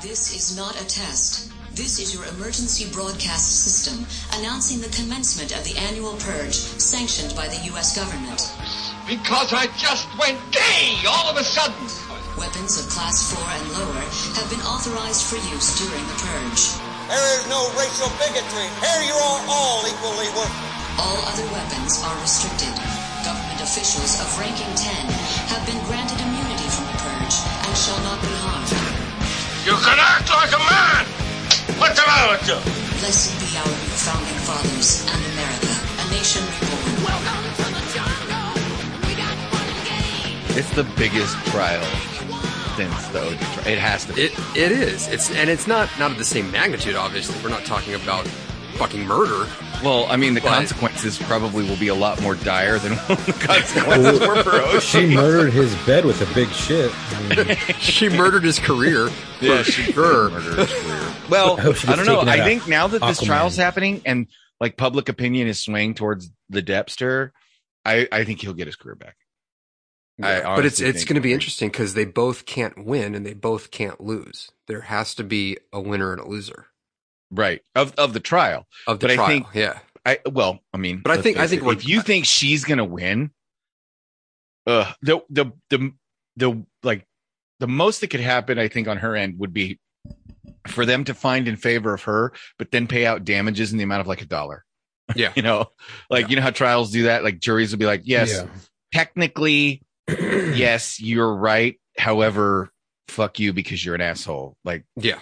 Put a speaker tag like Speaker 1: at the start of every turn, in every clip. Speaker 1: This is not a test. This is your emergency broadcast system announcing the commencement of the annual purge sanctioned by the U.S. government.
Speaker 2: Because I just went gay all of a sudden.
Speaker 1: Weapons of Class 4 and lower have been authorized for use during the purge.
Speaker 3: There is no racial bigotry. Here you are all equally worthless.
Speaker 1: All other weapons are restricted. Government officials of ranking 10 have been granted immunity from the purge and shall not be harmed.
Speaker 2: You can act like a man. What's the matter with you?
Speaker 1: Blessed be our new founding fathers and America, a nation reborn.
Speaker 4: Welcome to the jungle. We got fun and games.
Speaker 5: It's the biggest trial since the OJ trial. It has to. Be.
Speaker 6: It it is. It's and it's not not of the same magnitude. Obviously, we're not talking about fucking murder.
Speaker 5: well, I mean, the
Speaker 6: But-
Speaker 5: consequences probably will be a lot more dire than the consequences were for
Speaker 7: She
Speaker 5: OJ.
Speaker 7: murdered his bed with a big shit. I mean,
Speaker 6: She murdered his career for
Speaker 5: Yeah, she
Speaker 6: sure.
Speaker 5: murdered his career. Well,
Speaker 7: I hope she
Speaker 5: I
Speaker 7: gets
Speaker 5: don't know.
Speaker 7: taken
Speaker 5: I
Speaker 7: out.
Speaker 5: think now that this
Speaker 7: Aquaman.
Speaker 5: trial's happening and like public opinion is swaying towards the Depster, I I think he'll get his career back. I
Speaker 6: but it's
Speaker 5: honestly
Speaker 6: it's
Speaker 5: think-
Speaker 6: going to be interesting because they both can't win and they both can't lose. There has to be a winner and a loser
Speaker 5: right of of the trial.
Speaker 6: of the
Speaker 5: But I
Speaker 6: trial.
Speaker 5: think-
Speaker 6: yeah,
Speaker 5: I well, I mean,
Speaker 6: But I
Speaker 5: let's
Speaker 6: think- I
Speaker 5: face
Speaker 6: think
Speaker 5: it,
Speaker 6: we're-
Speaker 5: if you think she's gonna win, uh, the the the the like the most that could happen, I think, on her end would be for them to find in favor of her, but then pay out damages in the amount of like a dollar.
Speaker 6: Yeah.
Speaker 5: you know, like you know how trials do that. Like juries will be like, yes,
Speaker 7: yeah.
Speaker 5: technically, yes, you're right. However, fuck you because you're an asshole. Like
Speaker 6: yeah.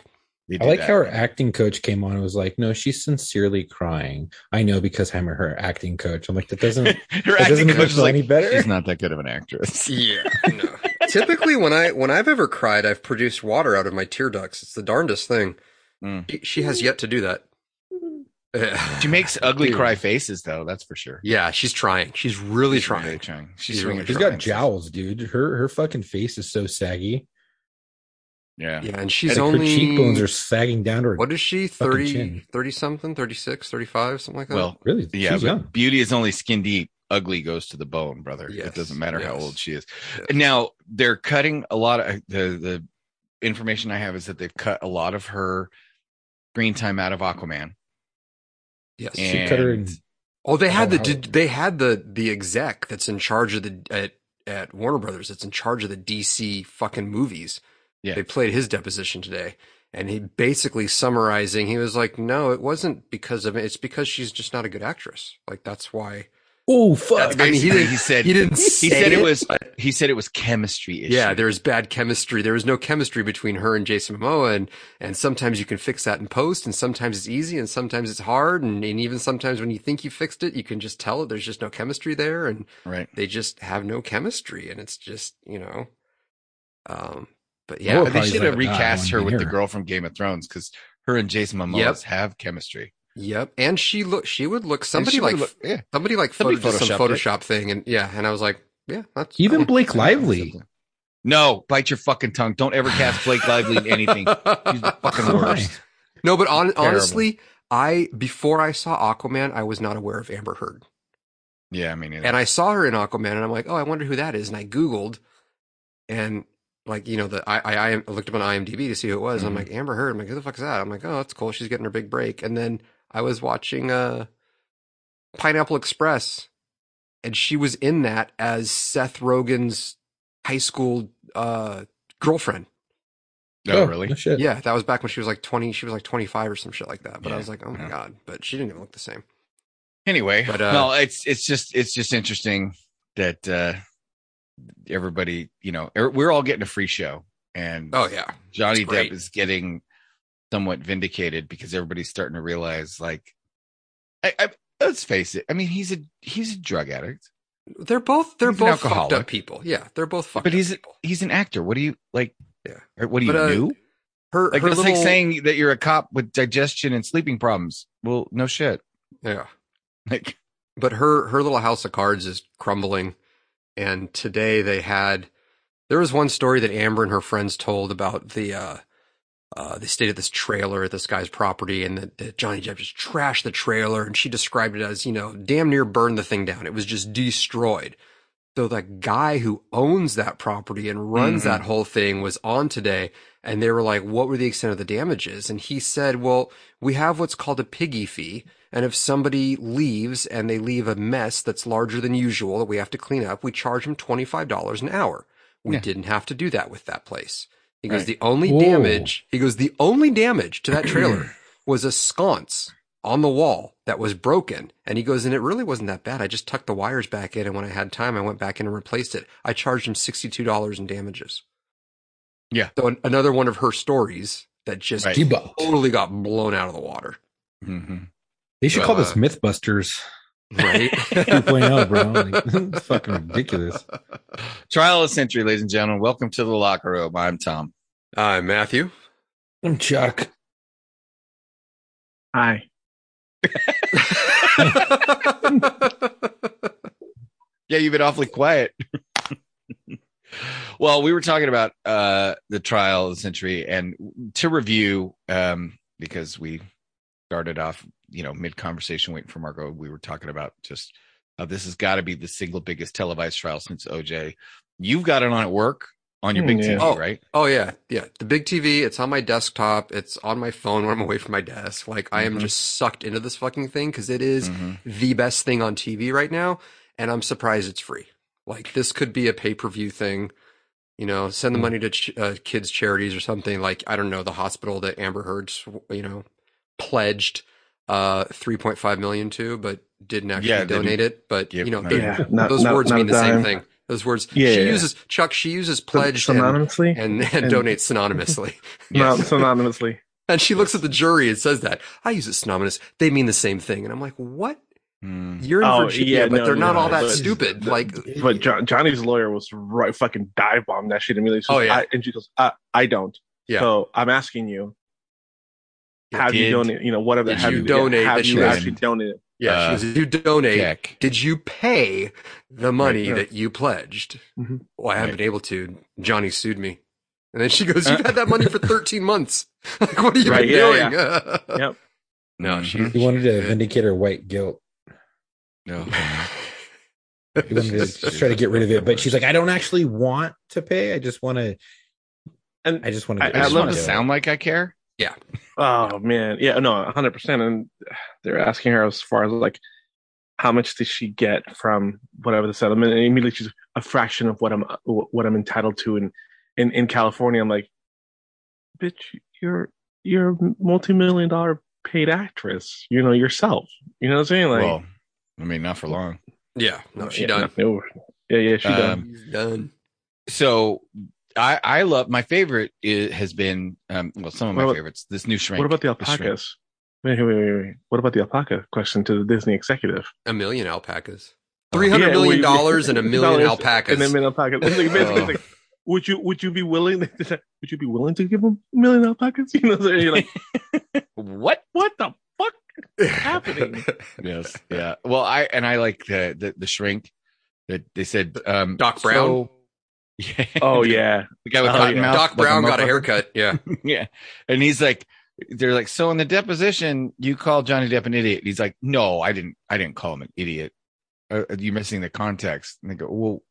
Speaker 5: they
Speaker 7: I
Speaker 5: do
Speaker 7: like
Speaker 5: that.
Speaker 7: how her acting coach came on and was like, "No, she's sincerely crying." I know because I'm her acting coach. I'm like, that doesn't. that
Speaker 5: her
Speaker 7: doesn't
Speaker 5: acting
Speaker 7: make
Speaker 5: coach
Speaker 7: her
Speaker 5: is
Speaker 7: feel
Speaker 5: like
Speaker 7: any better.
Speaker 5: she's not that good of an actress.
Speaker 6: Yeah. No. Typically, when I when I've ever cried, I've produced water out of my tear ducts. It's the darndest thing.
Speaker 5: Mm.
Speaker 6: She, she has yet to do that. Yeah.
Speaker 5: She makes ugly
Speaker 6: Dude.
Speaker 5: cry faces though. That's for sure.
Speaker 6: Yeah, she's trying. She's really trying.
Speaker 5: Really trying. She's,
Speaker 6: She's
Speaker 5: really
Speaker 6: really-
Speaker 7: She's
Speaker 5: trying.
Speaker 7: got jowls, dude. Her her fucking face is so saggy.
Speaker 5: Yeah.
Speaker 6: Yeah, and she's
Speaker 7: Like,
Speaker 6: only
Speaker 7: her cheekbones are sagging down to her.
Speaker 6: What is she?
Speaker 7: fucking
Speaker 6: 30,
Speaker 7: chin.
Speaker 6: 30 something, 36, 35, something like that.
Speaker 5: Well,
Speaker 7: Really?
Speaker 5: yeah.
Speaker 7: she's
Speaker 5: but
Speaker 7: young.
Speaker 5: Beauty is only skin deep. Ugly goes to the bone, brother.
Speaker 6: Yes,
Speaker 5: It doesn't matter how
Speaker 6: yes.
Speaker 5: old she is.
Speaker 6: Yeah.
Speaker 5: Now they're cutting a lot of the the information I have is that they've cut a lot of her screen time out of Aquaman.
Speaker 6: yes.
Speaker 7: She cut her in-
Speaker 5: And-
Speaker 6: oh, they had
Speaker 7: Oh,
Speaker 6: the
Speaker 7: wow.
Speaker 6: they had the the exec that's in charge of the at at Warner Brothers that's in charge of the DC fucking movies.
Speaker 5: Yeah.
Speaker 6: They played his deposition today. And he basically summarizing, he was like, "No, it wasn't because of it. It's because she's just not a good actress. Like that's why."
Speaker 7: Oh fuck!
Speaker 6: I mean,
Speaker 5: basically-
Speaker 6: he didn't.
Speaker 5: he said-
Speaker 6: he didn't.
Speaker 5: He
Speaker 6: say
Speaker 5: said it was he said it was chemistry issue.
Speaker 6: Yeah, there's bad chemistry. There was no chemistry between her and Jason Momoa, and and sometimes you can fix that in post, and sometimes it's easy, and sometimes it's hard, and, and even sometimes when you think you fixed it, you can just tell there's just no chemistry there, and
Speaker 5: right.
Speaker 6: they just have no chemistry, and it's just you know, um, but
Speaker 7: Momoa
Speaker 6: yeah,
Speaker 5: But they
Speaker 7: Probably
Speaker 5: should
Speaker 7: like,
Speaker 5: have
Speaker 7: "Ah, I
Speaker 5: recast
Speaker 7: wanna
Speaker 5: her
Speaker 7: be
Speaker 5: with the
Speaker 7: her."
Speaker 5: girl from Game of Thrones because her and Jason Momoa
Speaker 6: Yep.
Speaker 5: have chemistry.
Speaker 6: yep, and she look she would look
Speaker 5: And
Speaker 6: somebody
Speaker 5: she
Speaker 6: like
Speaker 5: would've looked- yeah.
Speaker 6: somebody like
Speaker 5: Somebody
Speaker 6: photo, did some
Speaker 5: photoshopped it.
Speaker 6: Photoshop thing, and yeah, and I was like, yeah, that's
Speaker 7: Even Blake Lively.
Speaker 5: No, bite your fucking tongue. Don't ever cast Blake Lively in anything. He's the fucking
Speaker 7: Why?
Speaker 5: worst.
Speaker 6: No, but on,
Speaker 5: Terrible.
Speaker 6: honestly, I before I saw Aquaman, I was not aware of Amber Heard,
Speaker 5: Yeah, I mean,
Speaker 6: and I saw her in Aquaman, and I'm like, oh, I wonder who that is, and I googled, and like you know, the I I, I looked up on IMDb to see who it was.
Speaker 5: Mhm.
Speaker 6: I'm like Amber Heard. I'm like, who the fuck is that? I'm like, oh, that's cool. She's getting her big break, and then I was watching uh, Pineapple Express, and she was in that as Seth Rogen's high school uh girlfriend.
Speaker 5: no, really.
Speaker 7: Oh, No shit.
Speaker 6: Yeah, that was back when she was like 20. She was like 25 or some shit like that. But I
Speaker 5: Yeah,
Speaker 6: was like, oh my
Speaker 5: yeah.
Speaker 6: God. But she didn't even look the same.
Speaker 5: Anyway,
Speaker 6: But, uh,
Speaker 5: no, it's it's just it's just interesting that uh everybody, you know, er- we're all getting a free show, and
Speaker 6: Oh, yeah.
Speaker 5: Johnny
Speaker 6: It's great.
Speaker 5: Depp is getting somewhat vindicated because everybody's starting to realize, like, I, I let's face it. I mean, he's a he's a drug addict,
Speaker 6: They're both, they're
Speaker 5: He's an
Speaker 6: both fucked
Speaker 5: alcoholic.
Speaker 6: up people. Yeah. They're both fucked
Speaker 5: but
Speaker 6: up
Speaker 5: he's
Speaker 6: people.
Speaker 5: he's an actor. What do you like?
Speaker 6: Yeah.
Speaker 5: or What do you
Speaker 6: But, uh,
Speaker 5: do?
Speaker 6: Her,
Speaker 5: Like
Speaker 6: her
Speaker 5: that's
Speaker 6: little,
Speaker 5: like saying that you're a cop with digestion and sleeping problems. Well, no shit.
Speaker 6: yeah.
Speaker 5: Like
Speaker 6: But her, her little house of cards is crumbling. And today they had, there was one story that Amber and her friends told about the, uh, uh, they stayed at this trailer at this guy's property and that, that Johnny Depp just trashed the trailer and she described it as, you know, damn near burned the thing down. It was just destroyed. So the guy who owns that property and runs
Speaker 5: Mhm.
Speaker 6: that whole thing was on today and they were like, what were the extent of the damages? And he said, well, we have what's called a piggy fee. And if somebody leaves and they leave a mess that's larger than usual that we have to clean up, we charge them $25 an hour. We
Speaker 5: Yeah.
Speaker 6: didn't have to do that with that place. He goes,
Speaker 5: Right.
Speaker 6: the only
Speaker 7: Whoa.
Speaker 6: damage, he goes, the only damage to that trailer was a sconce on the wall that was broken. And he goes, and it really wasn't that bad. I just tucked the wires back in. And when I had time, I went back in and replaced it. I charged him $62 in damages.
Speaker 5: Yeah.
Speaker 6: So an- another one of her stories that just
Speaker 5: Right.
Speaker 7: Debunked.
Speaker 6: totally got blown out of the water. Mm-hmm.
Speaker 5: Mhm.
Speaker 7: They should call this
Speaker 6: Uh,
Speaker 7: Mythbusters
Speaker 6: Right.
Speaker 7: 2.0, oh, bro. Like, it's fucking ridiculous.
Speaker 5: Trial of the century, ladies and gentlemen. Welcome to the locker room. I'm Tom.
Speaker 6: I'm Uh, Matthew.
Speaker 7: I'm Chuck.
Speaker 8: Hi.
Speaker 5: Yeah, you've been awfully quiet. well, we were talking about uh, the trial of the century, and to review, um, because we started off, you know, mid conversation waiting for Marco, we were talking about just uh, this has got to be the single biggest televised trial since OJ. You've got it on at work on your big TV,
Speaker 8: Yeah.
Speaker 6: Oh.
Speaker 5: right?
Speaker 6: oh yeah, yeah. The big TV. It's on my desktop. It's on my phone when I'm away from my desk. Like I am
Speaker 7: Mm-hmm.
Speaker 5: Mhm.
Speaker 6: just sucked into this fucking thing because it is
Speaker 5: Mm-hmm.
Speaker 6: the best thing on TV right now, and I'm surprised it's free. Like this could be a pay per view thing. You know, send
Speaker 8: Mm.
Speaker 6: the money to ch- uh, kids' charities or something. Like I don't know, the hospital that Amber Heard, sw- you know, pledged uh 3.5 million to, but didn't actually
Speaker 5: Yeah, they
Speaker 6: donate it. But
Speaker 5: Yeah,
Speaker 6: you know,
Speaker 5: no.
Speaker 6: the-
Speaker 8: Yeah. Not,
Speaker 6: those
Speaker 8: not-
Speaker 6: words
Speaker 8: not
Speaker 6: mean the
Speaker 8: a
Speaker 6: same
Speaker 8: dime.
Speaker 6: thing. Those words.
Speaker 8: Yeah,
Speaker 6: she
Speaker 8: yeah.
Speaker 6: uses Chuck. She uses pledged and,
Speaker 8: synonymously.
Speaker 6: and, and
Speaker 8: And-
Speaker 6: donates synonymously.
Speaker 8: No,
Speaker 5: Yes.
Speaker 8: synonymously.
Speaker 6: And she looks at the jury and says that I use it synonymous. They mean the same thing. And I'm like, what?
Speaker 5: Mm.
Speaker 6: You're in
Speaker 8: Oh,
Speaker 6: Virginia,
Speaker 8: yeah,
Speaker 6: but
Speaker 8: no,
Speaker 6: they're not
Speaker 8: no,
Speaker 6: all that
Speaker 8: but-
Speaker 6: stupid. like,
Speaker 8: But John, Johnny's lawyer was right fucking dive bomb that shit immediately. She
Speaker 6: Oh,
Speaker 8: goes,
Speaker 6: yeah.
Speaker 8: I, and she goes, I, I don't.
Speaker 6: Yeah.
Speaker 8: So I'm asking you,
Speaker 6: Yeah,
Speaker 8: have you
Speaker 5: did-
Speaker 8: donate? You know, whatever.
Speaker 6: did
Speaker 8: have
Speaker 6: you
Speaker 8: yeah,
Speaker 6: donate
Speaker 8: Have
Speaker 6: that
Speaker 8: you
Speaker 5: you
Speaker 8: actually
Speaker 5: did?
Speaker 8: donated?
Speaker 6: yeah,
Speaker 5: Uh,
Speaker 6: she goes, "Did you donate.
Speaker 5: Check.
Speaker 6: Did you pay the money
Speaker 8: Right.
Speaker 6: that you pledged?
Speaker 8: Mhm.
Speaker 6: Well, I haven't been able to. Johnny sued me. And then she goes, You've
Speaker 5: Uh.
Speaker 6: had that money for 13 months. Like, what are you
Speaker 8: Right, yeah,
Speaker 6: doing?
Speaker 8: Yep. Mm-hmm.
Speaker 6: No, she-
Speaker 5: Mhm.
Speaker 7: He wanted to vindicate her white guilt.
Speaker 5: No.
Speaker 7: He wanted to try to get rid of it, but she's like, I don't actually want to pay. I just want to.
Speaker 8: And-
Speaker 7: I just want to.
Speaker 8: I-
Speaker 5: I
Speaker 8: just
Speaker 5: love
Speaker 8: wanna
Speaker 5: to
Speaker 8: do it.
Speaker 5: sound like I care.
Speaker 8: Oh man, yeah, no, hundred percent. And they're asking her as far as like, how much did she get from whatever the settlement? And immediately she's a fraction of what I'm what I'm entitled to in in, in California. I'm like, bitch, you're you're a multi million dollar paid actress. You know yourself. You know what I'm saying? Like,
Speaker 5: well, I mean, not for long.
Speaker 6: Yeah, no, she
Speaker 8: yeah,
Speaker 6: done.
Speaker 8: no, yeah, yeah, she done.
Speaker 5: Um,
Speaker 6: She's done.
Speaker 5: so I I love my favorite is, has been um well some of my
Speaker 8: What about-
Speaker 5: favorites this new
Speaker 6: Um,
Speaker 5: shrink.
Speaker 8: What about the
Speaker 5: shrink.
Speaker 8: alpacas? Wait, wait, wait, wait. What about the alpaca question to the Disney executive?
Speaker 6: A million alpacas.
Speaker 5: Oh.
Speaker 6: Three hundred
Speaker 8: Yeah,
Speaker 6: million
Speaker 8: we-
Speaker 6: dollars and a million
Speaker 8: dollars
Speaker 6: alpacas.
Speaker 8: and a million alpacas. It's like,
Speaker 6: Oh.
Speaker 8: basically, it's like, would you would you be willing? Would you be willing to give him a million alpacas? You know, so you're like,
Speaker 5: What?
Speaker 8: what the fuck? happening?
Speaker 5: Yes. Yeah. Well, I and I like the the, the shrink that they said um
Speaker 6: Doc Brown?
Speaker 5: so- yeah.
Speaker 8: Oh yeah,
Speaker 5: the guy with
Speaker 8: Oh,
Speaker 5: cotton
Speaker 8: yeah.
Speaker 5: mouth.
Speaker 6: Doc
Speaker 5: like
Speaker 6: Brown got a
Speaker 5: motherfucker.
Speaker 6: haircut. Yeah.
Speaker 5: yeah. And he's like they're like so in the deposition you called Johnny Depp an idiot. And he's like no, I didn't I didn't call him an idiot. Uh, you're missing the context. And they go, "Well,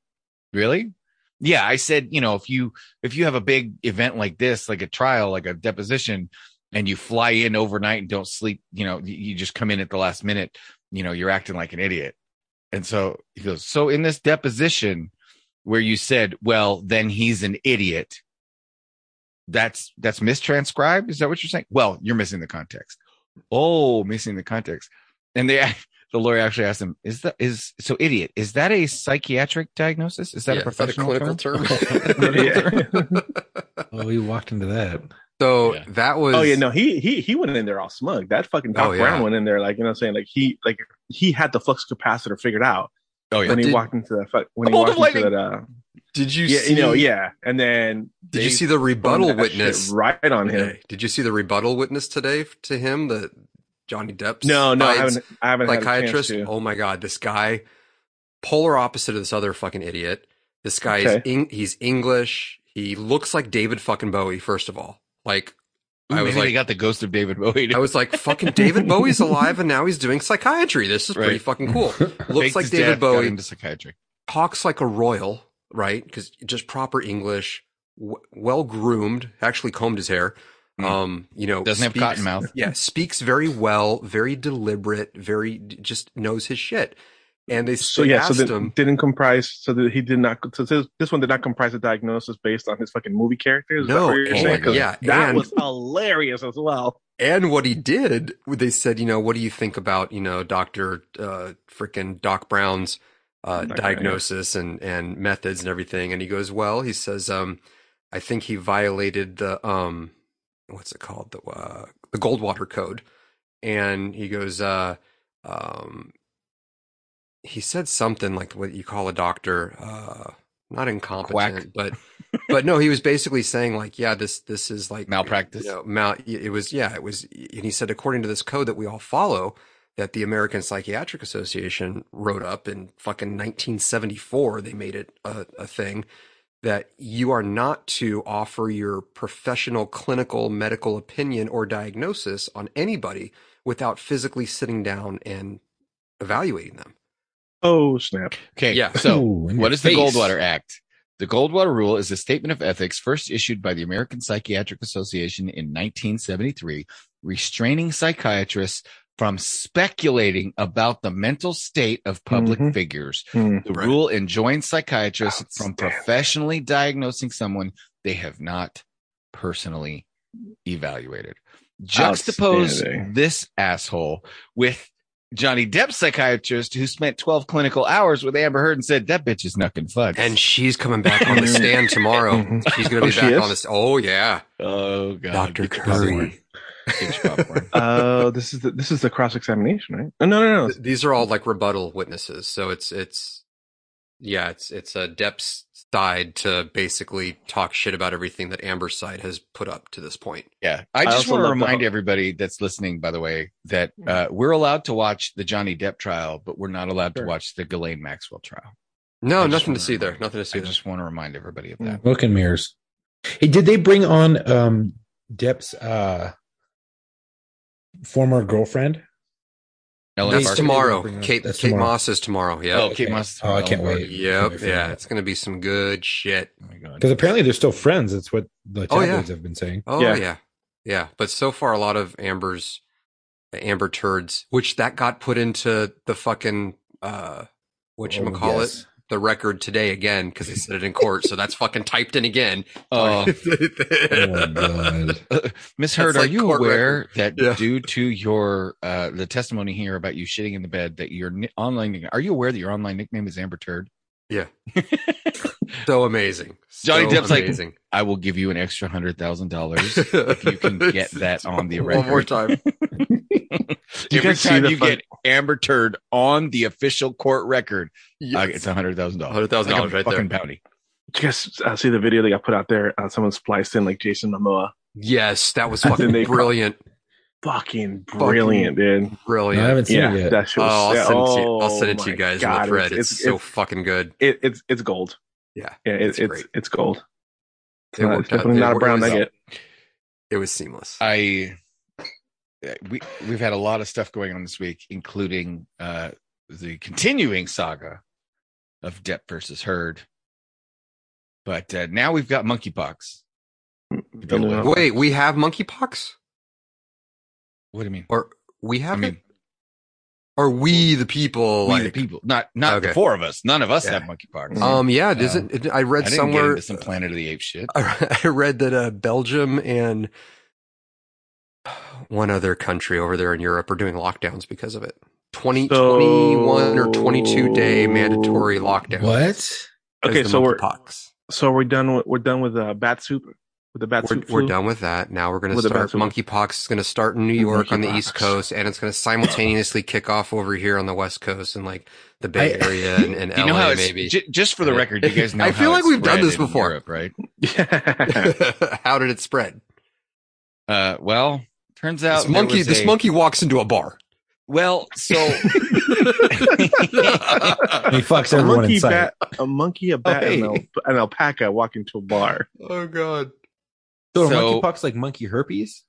Speaker 5: really?" Yeah, I said, you know, if you if you have a big event like this, like a trial, like a deposition, and you fly in overnight and don't sleep, you know, you, you just come in at the last minute, you know, you're acting like an idiot. And so he goes, so in this deposition where you said, well, then he's an idiot. That's that's mistranscribed. Is that what you're saying? Well, you're missing the context. Oh, missing the context. And they the lawyer actually asked him, is that is so idiot? Is that a psychiatric diagnosis? Is that
Speaker 6: Yeah,
Speaker 5: a
Speaker 6: is that a
Speaker 5: professional
Speaker 6: clinical
Speaker 5: term?
Speaker 6: term?
Speaker 7: Oh, he walked into that.
Speaker 6: so
Speaker 5: Yeah.
Speaker 6: that was.
Speaker 8: oh yeah. No, he he he went in there all smug. That fucking Doc
Speaker 6: Oh, yeah.
Speaker 8: Brown went in there like you know, what I'm saying like he like he had the flux capacitor figured out
Speaker 5: Oh yeah.
Speaker 8: when he
Speaker 6: did-
Speaker 8: walked into that. fu- When he
Speaker 5: Bolt of
Speaker 8: walked into
Speaker 5: lightning.
Speaker 8: that. Uh,
Speaker 6: Did you
Speaker 8: yeah,
Speaker 6: see?
Speaker 8: you know, yeah. And then
Speaker 6: Did
Speaker 8: they
Speaker 6: you see the
Speaker 8: thrown
Speaker 6: rebuttal
Speaker 8: that
Speaker 6: witness
Speaker 8: shit right on him?
Speaker 6: today? Did you see the rebuttal witness today f- to him? The Johnny Depp.
Speaker 8: No, no, I haven't. I haven't had a chance
Speaker 6: psychiatrist.
Speaker 8: to.
Speaker 6: Oh my god, this guy, polar opposite of this other fucking idiot. This guy is
Speaker 8: Okay.
Speaker 6: Eng- he's English. He looks like David fucking Bowie. First of all, like I
Speaker 5: Ooh,
Speaker 6: was
Speaker 5: maybe
Speaker 6: like,
Speaker 5: they got the ghost of David Bowie.
Speaker 6: I was like, fucking David Bowie's alive and now he's doing psychiatry. This is pretty
Speaker 5: Right.
Speaker 6: fucking cool. Looks
Speaker 5: Faked
Speaker 6: like
Speaker 5: his
Speaker 6: David
Speaker 5: death, got
Speaker 6: Bowie.
Speaker 5: into psychiatry.
Speaker 6: talks like a royal, right? Because just proper English, w- well groomed, actually combed his hair.
Speaker 5: Mm.
Speaker 6: Um, you know,
Speaker 5: Doesn't have
Speaker 6: speaks-
Speaker 5: cotton mouth.
Speaker 6: yeah, speaks very well, very deliberate, very just knows his shit. And they,
Speaker 8: So
Speaker 6: they
Speaker 8: yeah, so
Speaker 6: asked
Speaker 8: that
Speaker 6: him,
Speaker 8: didn't comprise. So that he did not. So this, this one did not comprise a diagnosis based on his fucking movie characters. Is that
Speaker 6: no,
Speaker 8: what you're
Speaker 6: and-
Speaker 8: saying? 'Cause
Speaker 6: yeah,
Speaker 8: that
Speaker 6: and
Speaker 8: was hilarious as well.
Speaker 6: and what he did, they said, you know, what do you think about you know Doctor uh, freaking Doc Brown's uh,
Speaker 8: Doc Brown, yeah.
Speaker 6: diagnosis and and methods and everything? And he goes, well, he says, um, I think he violated the um, what's it called the uh, the Goldwater Code, and he goes, uh, um, he said something like what you call a doctor, uh, not incompetent, but but no, he was basically saying like, yeah, this this is like
Speaker 5: Malpractice.
Speaker 6: You know, mal- it was yeah, it was, and he said according to this code that we all follow, that the American Psychiatric Association wrote up in fucking 1974, they made it a, a thing that you are not to offer your professional clinical medical opinion or diagnosis on anybody without physically sitting down and evaluating them.
Speaker 8: Oh snap!
Speaker 5: Okay.
Speaker 6: Yeah.
Speaker 5: So
Speaker 7: Ooh, in
Speaker 5: What
Speaker 7: your
Speaker 5: is the
Speaker 7: face.
Speaker 5: Goldwater Act? The Goldwater Rule is a statement of ethics first issued by the American Psychiatric Association in 1973, restraining psychiatrists from speculating about the mental state of public
Speaker 7: Mm-hmm.
Speaker 8: Mhm.
Speaker 5: figures.
Speaker 7: Mm.
Speaker 8: Hmm.
Speaker 5: The
Speaker 6: Right.
Speaker 5: rule enjoins psychiatrists from
Speaker 8: Outstanding.
Speaker 5: professionally diagnosing someone they have not personally evaluated. Juxtapose
Speaker 8: Outstanding.
Speaker 5: this asshole with Johnny Depp's psychiatrist who spent 12 clinical hours with Amber Heard and said, That bitch is knucking fuck.
Speaker 6: And she's coming back on the stand tomorrow.
Speaker 8: Mhm.
Speaker 6: She's going to
Speaker 8: Oh,
Speaker 6: be
Speaker 8: she
Speaker 6: back
Speaker 8: is?
Speaker 6: on this. Oh yeah,
Speaker 5: oh, God.
Speaker 6: Doctor
Speaker 5: Get your popcorn.
Speaker 6: Curry.
Speaker 5: Get your popcorn.
Speaker 8: Uh, this is the this is the cross examination, right? Oh, no, no, no.
Speaker 6: Th- These are all like rebuttal witnesses, so it's it's yeah, it's it's a Depp's side to basically talk shit about everything that Amber's side has put up to this point.
Speaker 5: Yeah. I
Speaker 8: I
Speaker 5: just
Speaker 8: also
Speaker 5: want to
Speaker 8: love the-
Speaker 5: remind everybody that's listening, by the way, that uh, we're allowed to watch the Johnny Depp trial, but we're not allowed
Speaker 8: Sure.
Speaker 5: to watch the Ghislaine Maxwell trial. I
Speaker 6: No,
Speaker 5: just
Speaker 6: nothing to
Speaker 5: wanna
Speaker 6: see there.
Speaker 5: remind-
Speaker 6: Nothing to see
Speaker 5: I
Speaker 6: there.
Speaker 5: just want to remind everybody of that.
Speaker 7: Smoke and mirrors. Hey, did they bring on um Depp's uh former girlfriend?
Speaker 5: Ellen
Speaker 7: That's
Speaker 6: That's
Speaker 5: Barkin.
Speaker 6: tomorrow.
Speaker 7: Bring up-
Speaker 6: Kate
Speaker 7: that's
Speaker 6: Kate
Speaker 7: tomorrow.
Speaker 6: Moss is tomorrow. Yeah.
Speaker 5: Oh, Kate Moss.
Speaker 7: Oh, I can't wait.
Speaker 6: Yep.
Speaker 7: Can't wait for
Speaker 6: Yeah,
Speaker 7: that.
Speaker 6: it's gonna be some good shit.
Speaker 5: Oh my God.
Speaker 7: Because apparently they're still friends. That's what the
Speaker 6: Oh, yeah.
Speaker 7: tabloids have been saying.
Speaker 6: Oh yeah.
Speaker 8: Yeah.
Speaker 6: yeah, But so far, a lot of Amber's Amber turds, which that got put into the fucking uh, what you
Speaker 7: Oh,
Speaker 6: call
Speaker 7: yes.
Speaker 6: it, the record today again because they said it in court. so that's fucking typed in again. Um,
Speaker 5: Oh.
Speaker 7: Oh my god.
Speaker 5: Miss Heard,
Speaker 6: That's
Speaker 5: are
Speaker 6: like
Speaker 5: you
Speaker 6: court
Speaker 5: aware that
Speaker 6: Yeah.
Speaker 5: due to your uh the testimony here about you shitting in the bed that your ni- online nick- are you aware that your online nickname is Amber Turd?
Speaker 6: so amazing.
Speaker 5: Johnny
Speaker 6: so
Speaker 5: Depp's like,
Speaker 6: amazing.
Speaker 5: I will give you an extra hundred thousand dollars if you can get that on the record.
Speaker 6: one more time.
Speaker 8: you
Speaker 5: Every
Speaker 8: guys see
Speaker 5: time
Speaker 8: the
Speaker 5: you
Speaker 8: fun-
Speaker 5: get Amber Turd on the official court record, uh,
Speaker 6: Yes.
Speaker 5: it's a hundred thousand dollars.
Speaker 6: $100,000 right
Speaker 5: fucking
Speaker 6: there.
Speaker 5: Bounty.
Speaker 8: Did you guys uh, see the video they got put out there? Uh, someone spliced in like Jason Momoa.
Speaker 6: Yes, that was
Speaker 8: Then
Speaker 6: fucking
Speaker 8: they-
Speaker 6: brilliant,
Speaker 8: Fucking brilliant, dude.
Speaker 7: No, I
Speaker 6: brilliant.
Speaker 7: haven't seen
Speaker 8: Yeah,
Speaker 7: it yet.
Speaker 8: that shit
Speaker 6: Oh,
Speaker 8: was.
Speaker 6: I'll
Speaker 8: yeah,
Speaker 6: send it to you. I'll
Speaker 8: oh
Speaker 6: send it to you
Speaker 8: my
Speaker 6: guys in
Speaker 8: God,
Speaker 6: the thread. It's, so
Speaker 8: it's,
Speaker 6: fucking good.
Speaker 8: it, it's it's gold.
Speaker 6: Yeah,
Speaker 8: yeah, it,
Speaker 6: it's
Speaker 8: it's
Speaker 6: great.
Speaker 8: it's, gold. It's,
Speaker 6: It
Speaker 8: not, it's
Speaker 6: worked out.
Speaker 8: definitely
Speaker 6: It
Speaker 8: not a
Speaker 6: wor- it
Speaker 8: brown
Speaker 6: was-
Speaker 8: nugget.
Speaker 6: It was seamless.
Speaker 5: I we we've had a lot of stuff going on this week, including uh the continuing saga of Depp versus Heard. But uh, now we've got monkeypox.
Speaker 8: Building up.
Speaker 6: Wait, we have monkeypox,
Speaker 5: What do you mean?
Speaker 6: or we
Speaker 5: I
Speaker 6: have it?
Speaker 5: mean,
Speaker 6: Are we the people?
Speaker 5: we
Speaker 6: like,
Speaker 5: the people, not not the
Speaker 6: Okay.
Speaker 5: four of us. None of us
Speaker 6: Yeah.
Speaker 5: have monkeypox.
Speaker 8: Mhm.
Speaker 6: Um, yeah, doesn't it- I
Speaker 5: I
Speaker 6: read
Speaker 5: didn't get
Speaker 6: somewhere? Uh,
Speaker 5: into some Planet of the Apes shit.
Speaker 6: I I read that uh, Belgium and one other country over there in Europe are doing lockdowns because of it. 20,
Speaker 8: So-
Speaker 6: 21 or twenty-two day mandatory lockdown.
Speaker 7: What?
Speaker 8: Okay, so we're
Speaker 6: pox.
Speaker 8: so we're done. With, we're done with uh, bat soup. With the bat
Speaker 6: We're,
Speaker 8: soup,
Speaker 6: we're
Speaker 8: flu.
Speaker 6: done with that. Now we're going to
Speaker 8: With the
Speaker 6: start.
Speaker 8: bathroom.
Speaker 6: Monkeypox is going to start in New York on the
Speaker 8: Monkeypox.
Speaker 6: East Coast, and it's going to simultaneously kick off over here on the West Coast and like the Bay
Speaker 7: I-
Speaker 6: Area and, and
Speaker 5: Do you
Speaker 6: LA
Speaker 5: know how it's
Speaker 6: maybe.
Speaker 5: j- just for the
Speaker 6: Yeah.
Speaker 5: record? You guys know.
Speaker 6: I
Speaker 5: how
Speaker 6: feel
Speaker 5: it
Speaker 6: like we've done
Speaker 5: spread
Speaker 6: this
Speaker 5: in
Speaker 6: before.
Speaker 5: Europe, right?
Speaker 8: Yeah.
Speaker 6: how did it spread?
Speaker 5: Uh, well, turns out
Speaker 6: This
Speaker 5: there
Speaker 6: monkey,
Speaker 5: was
Speaker 6: this
Speaker 5: a-
Speaker 6: monkey walks into a bar.
Speaker 5: Well, so
Speaker 7: He fucks
Speaker 8: a
Speaker 7: everyone
Speaker 8: monkey
Speaker 7: inside.
Speaker 8: bat, a monkey, a bat, and
Speaker 6: Oh, hey.
Speaker 8: a- an alpaca walk into a bar.
Speaker 6: oh god.
Speaker 7: So, are
Speaker 5: So-
Speaker 7: monkeypox like monkey herpes?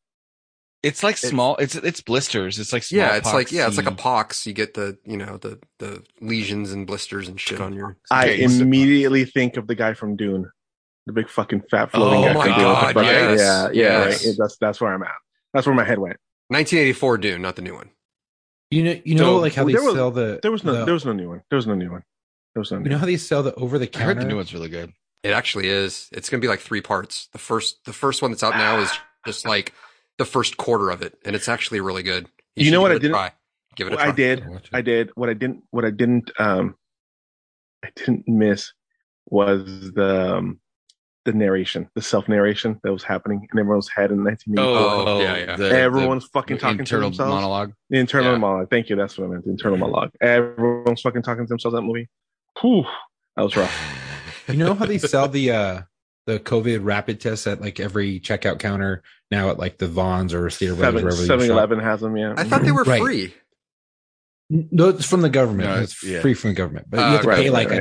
Speaker 5: It's like small. It's it's blisters. It's like small
Speaker 6: yeah, it's like yeah, it's like a pox. You get the you know the the lesions and blisters and shit on your.
Speaker 8: I
Speaker 5: Okay, so-
Speaker 8: immediately think of the guy from Dune, the big fucking fat floating
Speaker 6: Oh
Speaker 8: guy.
Speaker 6: my
Speaker 8: from Dune with the
Speaker 6: God,
Speaker 8: bucket.
Speaker 6: yes,
Speaker 8: yeah, yeah.
Speaker 6: yes.
Speaker 8: right. That's that's where I'm at. That's where my head went.
Speaker 6: 1984 Dune, not the new one.
Speaker 7: You know, you know,
Speaker 8: So,
Speaker 7: like how they
Speaker 8: there was-
Speaker 7: sell the
Speaker 8: There was no
Speaker 7: the-
Speaker 8: there was no new one. There was no new one. There was no
Speaker 7: you
Speaker 8: new.
Speaker 7: know how they sell the over the
Speaker 5: I heard
Speaker 7: counter.
Speaker 5: the new one's really good.
Speaker 6: It actually is. It's going to be like three parts. The first the first one that's out now is just like the first quarter of it, and it's actually really good.
Speaker 8: You
Speaker 6: should
Speaker 8: know what
Speaker 6: give
Speaker 8: I
Speaker 6: it a
Speaker 8: didn't-
Speaker 6: Try. Give it a
Speaker 8: one.
Speaker 6: try.
Speaker 8: I did. I did. What I didn't. What I didn't. Um, I didn't miss was the um, the narration, the self narration that was happening in everyone's head in 1984.
Speaker 6: Oh, yeah, yeah.
Speaker 5: the- the
Speaker 8: Everyone's fucking talking to
Speaker 5: internal
Speaker 8: themselves.
Speaker 5: monologue.
Speaker 8: The internal
Speaker 6: Yeah.
Speaker 8: monologue. Thank you. That's what I meant. The internal monologue. Everyone's fucking talking to themselves. in That movie. Whew, that was rough.
Speaker 7: You know how they sell the uh the COVID rapid tests at like every checkout counter now at like the Vons or Theater Brothers,
Speaker 8: Seven
Speaker 7: wherever you shop?
Speaker 8: Seven Eleven has them. Yeah.
Speaker 6: I thought they were
Speaker 7: Right.
Speaker 6: free.
Speaker 7: No, it's from the government.
Speaker 5: No,
Speaker 7: it's
Speaker 5: yeah.
Speaker 7: free from the government, but
Speaker 6: Uh,
Speaker 7: you have to
Speaker 8: right,
Speaker 7: pay
Speaker 8: right,
Speaker 7: like a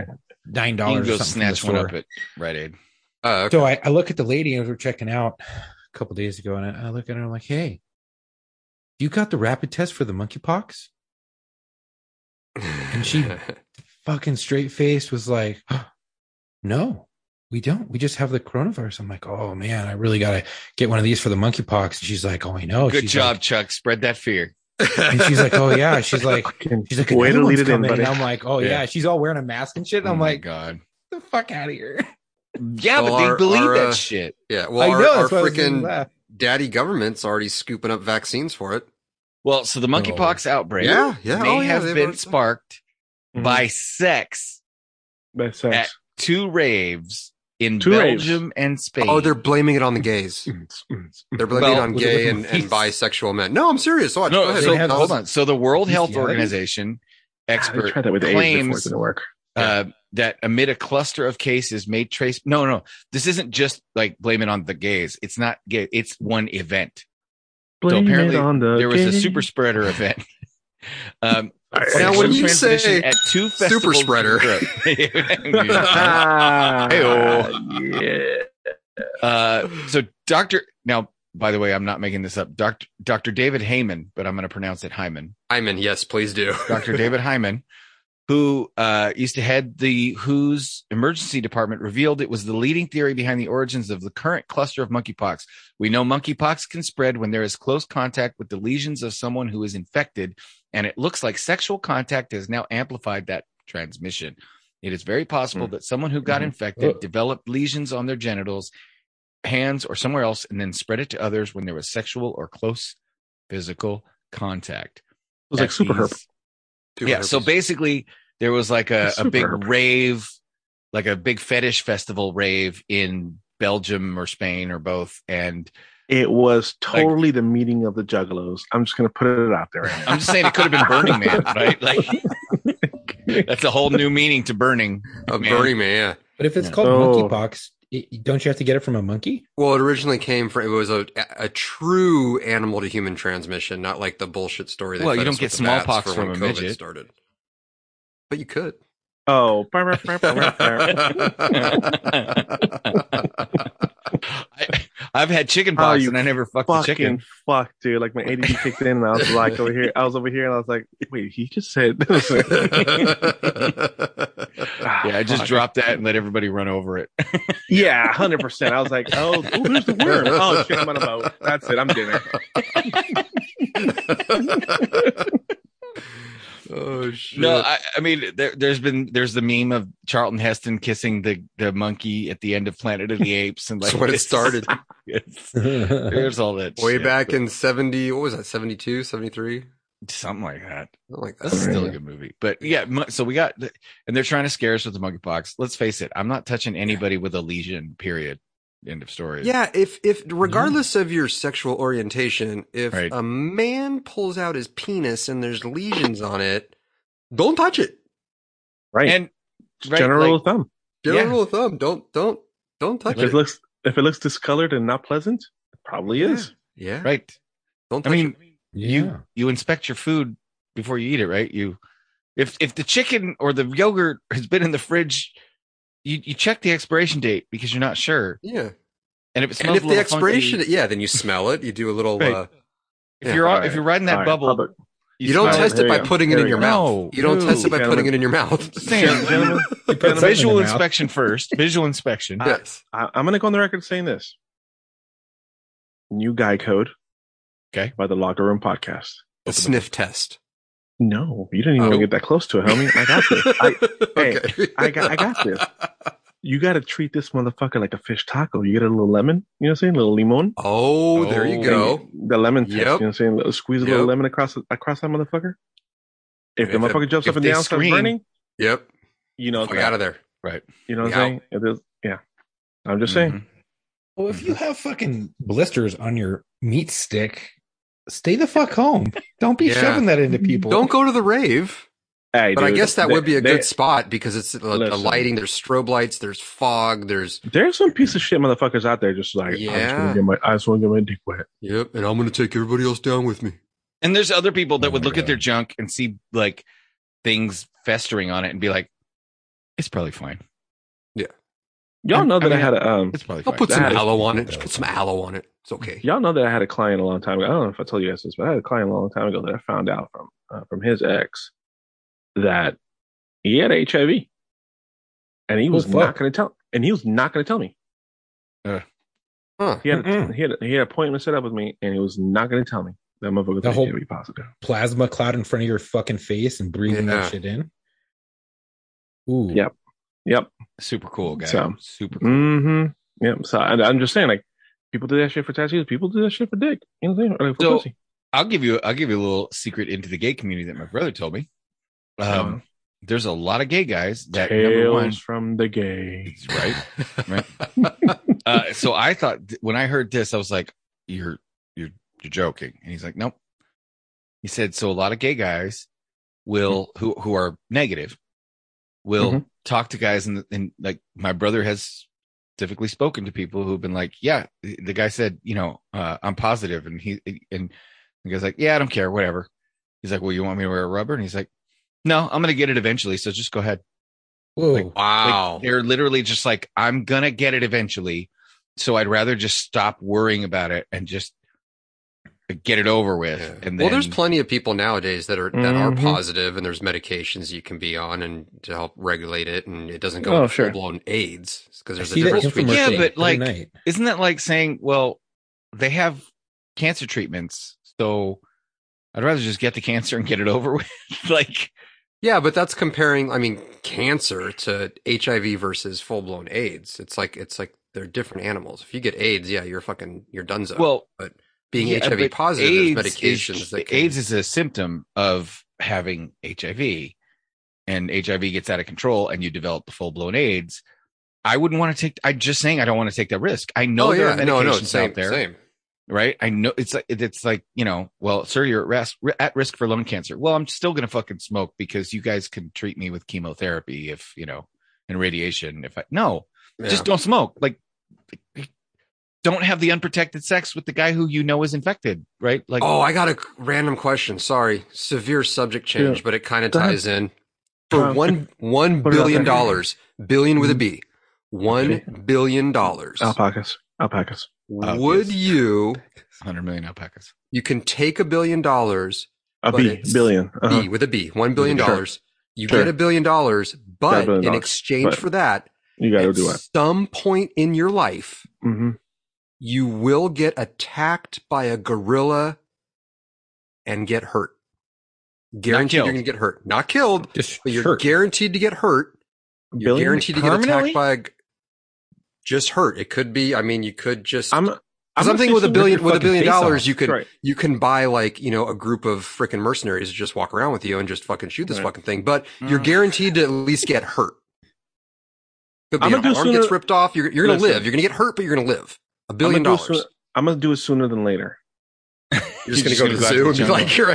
Speaker 7: nine
Speaker 5: You can
Speaker 7: dollars.
Speaker 5: go snatch one up at Rite Aid.
Speaker 6: Uh, okay.
Speaker 7: So I, I look at the lady as we're checking out a couple days ago, and I, I look at her. I'm like, "Hey, you got the rapid test for the monkeypox?" and she- Fucking straight face was like, "Huh, "No, we don't. We just have the coronavirus." I'm like, "Oh man, I really gotta get one of these for the monkeypox." And she's like, "Oh, I know."
Speaker 5: Good
Speaker 7: She's
Speaker 5: job,
Speaker 7: like-
Speaker 5: Chuck. Spread that fear.
Speaker 7: and she's like, "Oh yeah." She's like,
Speaker 8: Fucking
Speaker 7: "She's like,
Speaker 8: way to
Speaker 7: another
Speaker 8: lead
Speaker 7: one's
Speaker 8: it in,
Speaker 7: coming."
Speaker 8: buddy.
Speaker 7: And I'm like, "Oh yeah.
Speaker 5: Yeah.
Speaker 7: She's all wearing a mask and shit. And I'm
Speaker 5: Oh, my
Speaker 7: like,
Speaker 5: God.
Speaker 7: "Get the fuck out of here."
Speaker 5: Yeah,
Speaker 6: Well,
Speaker 5: but
Speaker 6: our-
Speaker 5: they believe
Speaker 6: our, uh,
Speaker 5: that shit.
Speaker 6: yeah. Well,
Speaker 7: I
Speaker 6: our,
Speaker 7: know,
Speaker 6: our
Speaker 7: that's why I was gonna
Speaker 6: freaking
Speaker 7: laugh.
Speaker 6: daddy government's already scooping up vaccines for it.
Speaker 5: Well, so the monkeypox outbreak
Speaker 6: Yeah, yeah.
Speaker 5: may
Speaker 6: oh, yeah,
Speaker 5: have
Speaker 6: they've
Speaker 5: been
Speaker 6: already-
Speaker 5: sparked
Speaker 8: Mm, Mm-hmm.
Speaker 5: by sex
Speaker 8: bad sex.
Speaker 5: at two raves in
Speaker 8: Two raves.
Speaker 5: Belgium and Spain.
Speaker 6: Oh, they're blaming it on the gays.
Speaker 8: Mm,
Speaker 6: They're blaming it
Speaker 5: Well,
Speaker 6: on
Speaker 7: was it
Speaker 6: gay
Speaker 7: with
Speaker 6: and,
Speaker 7: the
Speaker 6: and
Speaker 7: feet?
Speaker 6: bisexual men. No, I'm serious. Watch.
Speaker 5: no.
Speaker 6: Oh, Go ahead.
Speaker 5: so
Speaker 7: They have-
Speaker 5: hold on. So the World Health
Speaker 7: Bestiality? Ah,
Speaker 5: Organization
Speaker 8: I
Speaker 5: expert
Speaker 8: tried that with AIDS before. It
Speaker 5: claims
Speaker 8: didn't work.
Speaker 5: uh, that amid a cluster of cases may trace. No, no, this isn't just like blame it on the gays. It's not gay. It's one event.
Speaker 8: Blame it
Speaker 5: apparently
Speaker 8: on the
Speaker 5: There was a
Speaker 8: gay.
Speaker 5: super spreader event. Um,
Speaker 8: All right.
Speaker 5: now, when
Speaker 6: when
Speaker 5: you
Speaker 6: you
Speaker 5: say
Speaker 6: say
Speaker 5: at two festivals in
Speaker 6: spreader.
Speaker 5: Europe- Uh, so Dr. Now, by the way, I'm not making this up. Dr. Dr. David Heyman, but I'm going to pronounce it Hyman.
Speaker 6: Hyman, yes, please do.
Speaker 5: Dr. David Hyman, who uh, used to head the WHO's emergency department, revealed it was the leading theory behind the origins of the current cluster of monkeypox. We know monkeypox can spread when there is close contact with the lesions of someone who is infected, and it looks like sexual contact has now amplified that transmission. It is very possible
Speaker 8: Hmm.
Speaker 5: that someone who got
Speaker 8: Mhm.
Speaker 5: infected
Speaker 7: Oh.
Speaker 5: developed lesions on their genitals, hands, or somewhere else, and then spread it to others when there was sexual or close physical contact.
Speaker 8: It was like super herb.
Speaker 6: Two
Speaker 5: Yeah.
Speaker 6: herpes.
Speaker 5: So basically, there was like a,
Speaker 8: It's
Speaker 5: a big
Speaker 8: superb.
Speaker 5: rave, like a big fetish festival rave in Belgium or Spain or both. And
Speaker 8: It was totally the meeting of the juggalos. I'm just gonna put it out there. Right now.
Speaker 5: I'm just saying it could have been Burning Man, right? Like that's a whole new meaning to burning.
Speaker 6: a
Speaker 5: man.
Speaker 6: Burning Man. Yeah.
Speaker 7: But if it's called
Speaker 8: Oh.
Speaker 7: monkeypox, it, don't you have to get it from a monkey?
Speaker 6: Well, it originally came from it was a a true animal to human transmission, not like the bullshit story. They
Speaker 5: Well,
Speaker 6: fed
Speaker 5: you don't
Speaker 6: us
Speaker 5: get
Speaker 6: with the bats
Speaker 5: smallpox
Speaker 6: for
Speaker 5: from
Speaker 6: when
Speaker 5: a
Speaker 6: COVID
Speaker 5: midget.
Speaker 6: started. But you could.
Speaker 8: Oh, brr, brr, brr, brr, brr.
Speaker 5: I, I've had chicken
Speaker 8: Oh,
Speaker 5: pox
Speaker 8: you
Speaker 5: and I never fucked a
Speaker 8: fucking
Speaker 5: chicken.
Speaker 8: fuck, dude! Like my ADD kicked in, and I was like over here. I was over here, and I was like, wait, he just said. This.
Speaker 5: Yeah, I just dropped that and let everybody run over it.
Speaker 8: Ah, Yeah, hundred percent. I was like, oh, ooh, who's the worm? Oh, shit, I'm on a boat. That's it. I'm dinner.
Speaker 6: oh shit!
Speaker 5: No, I, I mean there, there's been there's the meme of Charlton Heston kissing the the monkey at the end of Planet of the Apes, and like
Speaker 6: that's when it
Speaker 5: this-
Speaker 6: started.
Speaker 5: It's-
Speaker 7: There's
Speaker 5: there's all that
Speaker 6: Way
Speaker 5: shit,
Speaker 6: back
Speaker 5: but
Speaker 6: in seventy, what was that? 72, 73? Something
Speaker 5: something like that.
Speaker 6: like that.
Speaker 5: That's still a good movie, but yeah. mo- So we got, and they're trying to scare us with the monkeypox. Let's face it, I'm not touching anybody with a lesion. Period. End of story.
Speaker 6: Yeah, if if regardless of your sexual orientation, if
Speaker 5: Right.
Speaker 6: a man pulls out his penis and there's lesions on it, don't touch it.
Speaker 8: Right.
Speaker 5: and right,
Speaker 8: General rule
Speaker 5: like,
Speaker 8: of thumb:
Speaker 6: General
Speaker 5: Yeah.
Speaker 6: rule of thumb: don't don't don't touch
Speaker 8: if it
Speaker 6: it.
Speaker 8: looks if it looks discolored and not pleasant, it probably is.
Speaker 6: Yeah,
Speaker 5: right.
Speaker 6: Don't
Speaker 5: I
Speaker 6: touch
Speaker 5: mean,
Speaker 6: it.
Speaker 5: you you inspect your food before you eat it, right? You if if the chicken or the yogurt has been in the fridge, you you check the expiration date because you're not sure.
Speaker 6: Yeah,
Speaker 5: And if it smells
Speaker 6: and
Speaker 5: a
Speaker 6: if the
Speaker 5: little funky-
Speaker 6: expiration, yeah, then you smell it. You do a little
Speaker 5: Right.
Speaker 6: uh,
Speaker 5: If
Speaker 6: Yeah.
Speaker 5: you're
Speaker 8: All right.
Speaker 5: if you're riding that
Speaker 8: All right,
Speaker 5: bubble,
Speaker 8: public-
Speaker 6: You don't
Speaker 8: smell it.
Speaker 6: test it
Speaker 8: There
Speaker 6: by
Speaker 8: you go.
Speaker 6: putting it
Speaker 8: There
Speaker 6: in
Speaker 8: you
Speaker 6: your
Speaker 8: go.
Speaker 6: mouth.
Speaker 5: No,
Speaker 6: You don't
Speaker 5: dude.
Speaker 6: test it by
Speaker 8: Gentlemen.
Speaker 6: putting it in your mouth.
Speaker 5: Sam,
Speaker 8: Gentlemen,
Speaker 7: You put
Speaker 8: Gentlemen,
Speaker 7: something in
Speaker 5: visual
Speaker 7: your mouth.
Speaker 5: inspection first. Visual inspection.
Speaker 6: Yes.
Speaker 8: I, I'm going to go on the record saying this. New guy code.
Speaker 5: Okay.
Speaker 8: By the Locker Room Podcast.
Speaker 6: The sniff test.
Speaker 8: No, you didn't even
Speaker 6: Oh.
Speaker 8: get that close to it, homie. I got this. I, hey,
Speaker 6: Okay.
Speaker 8: I got- I got this. you got to treat this motherfucker like a fish taco. You get a little lemon, you know what I'm saying? A little limon.
Speaker 6: Oh, there you
Speaker 5: Oh.
Speaker 6: go.
Speaker 8: The lemon test,
Speaker 6: Yep.
Speaker 8: you know what I'm saying? Little- Squeeze a little
Speaker 6: Yep.
Speaker 8: lemon across across that motherfucker. If,
Speaker 6: And
Speaker 8: the
Speaker 6: if it-
Speaker 8: motherfucker jumps
Speaker 5: if
Speaker 8: up and
Speaker 5: they
Speaker 8: down, starts
Speaker 5: scream-
Speaker 8: burning,
Speaker 6: Yep.
Speaker 8: you know, it's
Speaker 6: Fuck
Speaker 8: bad.
Speaker 6: out of there.
Speaker 8: you know what
Speaker 6: Yeah.
Speaker 8: I'm saying? It is, yeah. I'm just saying.
Speaker 6: Mm-hmm.
Speaker 7: Well, if you have fucking blisters on your meat stick, stay the fuck home. Don't be
Speaker 6: Yeah.
Speaker 7: shoving that into people.
Speaker 6: Don't go to the rave.
Speaker 8: Hey,
Speaker 6: But I
Speaker 8: dude,
Speaker 6: guess that
Speaker 8: they-
Speaker 6: would be a
Speaker 8: they-
Speaker 6: good spot because it's the, the
Speaker 8: Listen.
Speaker 6: lighting. There's strobe lights. There's fog. There's
Speaker 8: There's some piece of shit motherfuckers out there just like, I just want
Speaker 6: Yeah.
Speaker 8: to get my, I just want to get my dick wet.
Speaker 6: yep. And I'm gonna take everybody else down with me.
Speaker 5: And there's other people that
Speaker 7: Oh
Speaker 5: would
Speaker 7: my
Speaker 5: look at
Speaker 7: God.
Speaker 5: their junk and see like things festering on it and be like, "It's probably fine.
Speaker 8: Y'all know
Speaker 5: I
Speaker 8: that I,
Speaker 5: mean,
Speaker 8: had a, um,
Speaker 5: It's probably
Speaker 6: I'll
Speaker 5: fine."
Speaker 6: put some
Speaker 8: That is-
Speaker 6: aloe on it. Just put some aloe on it. It's okay.
Speaker 8: y'all know that I had a client a long time ago. I don't know if I told you guys this, but I had a client a long time ago that I found out from uh, from his ex that he had HIV, and he was
Speaker 7: fuck.
Speaker 8: not going to tell. And he was not going to tell me.
Speaker 6: Huh.
Speaker 8: He had
Speaker 7: Mm-mm.
Speaker 8: a, he had he had an appointment set up with me, and he was not going to tell me that motherfucker was
Speaker 7: The whole-
Speaker 8: HIV positive.
Speaker 7: plasma cloud in front of your fucking face and breathing
Speaker 6: Yeah.
Speaker 7: that shit in. Ooh.
Speaker 8: Yep. Yep.
Speaker 5: super cool guy.
Speaker 8: So-
Speaker 5: super cool.
Speaker 8: hmm Yep. So I, I'm just saying, like, people do that shit for tattoos. People do that shit for dick. You know what I'm saying? Or, like, for
Speaker 5: So-
Speaker 8: pussy.
Speaker 5: I'll give you I'll give you a little secret into the gay community that my brother told me. Um, there's a lot of gay guys that number
Speaker 8: Tales
Speaker 5: one,
Speaker 8: from the gay.
Speaker 5: It's right? uh, so I thought when I heard this, I was like, "You're you're you're joking," and he's like, "Nope." He said, "So a lot of gay guys will who who are negative will
Speaker 8: Mhm.
Speaker 5: talk to guys and and like my brother has specifically spoken to people who've been like, yeah, the the guy said, you know, uh, I'm positive, and he and the guy's like, yeah, I don't care, whatever." He's like, "Well, you want me to wear a rubber?" And he's like, "No, I'm gonna get it eventually, so just go ahead."
Speaker 7: Whoa.
Speaker 5: Like, Like,
Speaker 6: Wow.
Speaker 5: they're literally just like, I'm gonna get it eventually. So I'd rather just stop worrying about it and just get it over with.
Speaker 6: Yeah.
Speaker 5: And then,
Speaker 6: well, there's plenty of people nowadays that are that are
Speaker 8: Mhm.
Speaker 6: positive, and there's medications you can be on and to help regulate it, and it doesn't go
Speaker 8: Oh,
Speaker 6: full
Speaker 8: sure.
Speaker 6: blown AIDS
Speaker 7: I
Speaker 6: because there's a
Speaker 7: see that
Speaker 6: difference between
Speaker 7: infomercial
Speaker 5: Yeah, but,
Speaker 7: every
Speaker 5: like-
Speaker 7: night.
Speaker 5: isn't that like saying, well, they have cancer treatments, so I'd rather just get the cancer and get it over with. like,
Speaker 6: Yeah, but that's comparing, I mean, cancer to HIV versus full blown AIDS. It's like it's like they're different animals. If you get AIDS, yeah, you're fucking you're dunzo.
Speaker 5: well,
Speaker 6: being
Speaker 5: yeah,
Speaker 6: HIV
Speaker 5: but
Speaker 6: positive,
Speaker 5: AIDS
Speaker 6: there's
Speaker 5: is,
Speaker 6: medications that can,
Speaker 5: AIDS is a symptom of having HIV, and HIV gets out of control, and you develop the full blown AIDS. I wouldn't want to take. I'm just saying I don't want to take that risk. I know
Speaker 6: Oh,
Speaker 5: there
Speaker 6: yeah,
Speaker 5: are medications
Speaker 6: no, no,
Speaker 5: out there.
Speaker 6: Same.
Speaker 5: right? I know it's like it's like you know, well, sir, you're at risk at risk for lung cancer. Well, I'm still gonna fucking smoke because you guys can treat me with chemotherapy if you know, and radiation. If I no,
Speaker 6: Yeah.
Speaker 5: just don't smoke. Like, don't have the unprotected sex with the guy who you know is infected, right? Like,
Speaker 6: oh, I got a random question. Sorry, severe subject change,
Speaker 8: Yeah.
Speaker 6: but it kind of
Speaker 8: Go ahead.
Speaker 6: ties in. For
Speaker 8: Um,
Speaker 6: one one
Speaker 8: put it out
Speaker 6: billion
Speaker 8: there.
Speaker 6: dollars, billion with a B, one
Speaker 8: Okay. Oh,
Speaker 6: billion dollars.
Speaker 8: Alpacas. Alpacas.
Speaker 6: Would
Speaker 5: Obvious.
Speaker 6: you?
Speaker 5: hundred million alpacas.
Speaker 6: You can take a billion dollars
Speaker 8: A
Speaker 6: but
Speaker 8: B
Speaker 6: it's
Speaker 8: billion. Uh-huh.
Speaker 6: B with a B, one billion
Speaker 8: Sure.
Speaker 6: dollars. You
Speaker 8: Sure.
Speaker 6: get a billion dollars,
Speaker 8: Got
Speaker 6: but
Speaker 8: a billion
Speaker 6: in
Speaker 8: dollars,
Speaker 6: exchange
Speaker 8: but-
Speaker 6: for that,
Speaker 8: You got to
Speaker 6: at
Speaker 8: do it.
Speaker 6: some point in your life,
Speaker 8: hmm
Speaker 6: you will get attacked by a gorilla and get hurt. Guaranteed, you're
Speaker 5: killed.
Speaker 6: going to get hurt, not killed,
Speaker 7: Just
Speaker 6: but you're
Speaker 7: hurt.
Speaker 6: guaranteed to get hurt. You're
Speaker 8: Billion?
Speaker 6: guaranteed to get attacked
Speaker 5: Permanently?
Speaker 6: by a, g- just hurt. It could be. I mean, you could just.
Speaker 8: I'm. I'm
Speaker 6: Because I'm thinking with a
Speaker 8: gonna
Speaker 6: billion
Speaker 8: rip
Speaker 6: with
Speaker 8: your
Speaker 6: a billion
Speaker 8: fucking face
Speaker 6: dollars,
Speaker 8: off.
Speaker 6: you could
Speaker 8: Right.
Speaker 6: you can buy like you know a group of freaking mercenaries to just walk around with you and just fucking shoot this
Speaker 8: Right.
Speaker 6: fucking thing. But you're
Speaker 5: Mm.
Speaker 6: guaranteed to at least get hurt. Could be
Speaker 8: I'm
Speaker 6: an
Speaker 8: gonna
Speaker 6: arm
Speaker 8: do sooner-
Speaker 6: gets ripped off. You're, you're gonna
Speaker 8: Listen.
Speaker 6: live. You're gonna get hurt, but you're gonna live. A
Speaker 8: I'm
Speaker 6: billion
Speaker 8: gonna do it
Speaker 6: dollars.
Speaker 8: sooner- I'm gonna do it sooner than later.
Speaker 6: You're just
Speaker 5: You're
Speaker 6: gonna
Speaker 5: just
Speaker 6: go
Speaker 5: gonna
Speaker 6: to the
Speaker 5: go out
Speaker 6: zoo
Speaker 5: to
Speaker 6: and
Speaker 5: the
Speaker 6: be like, here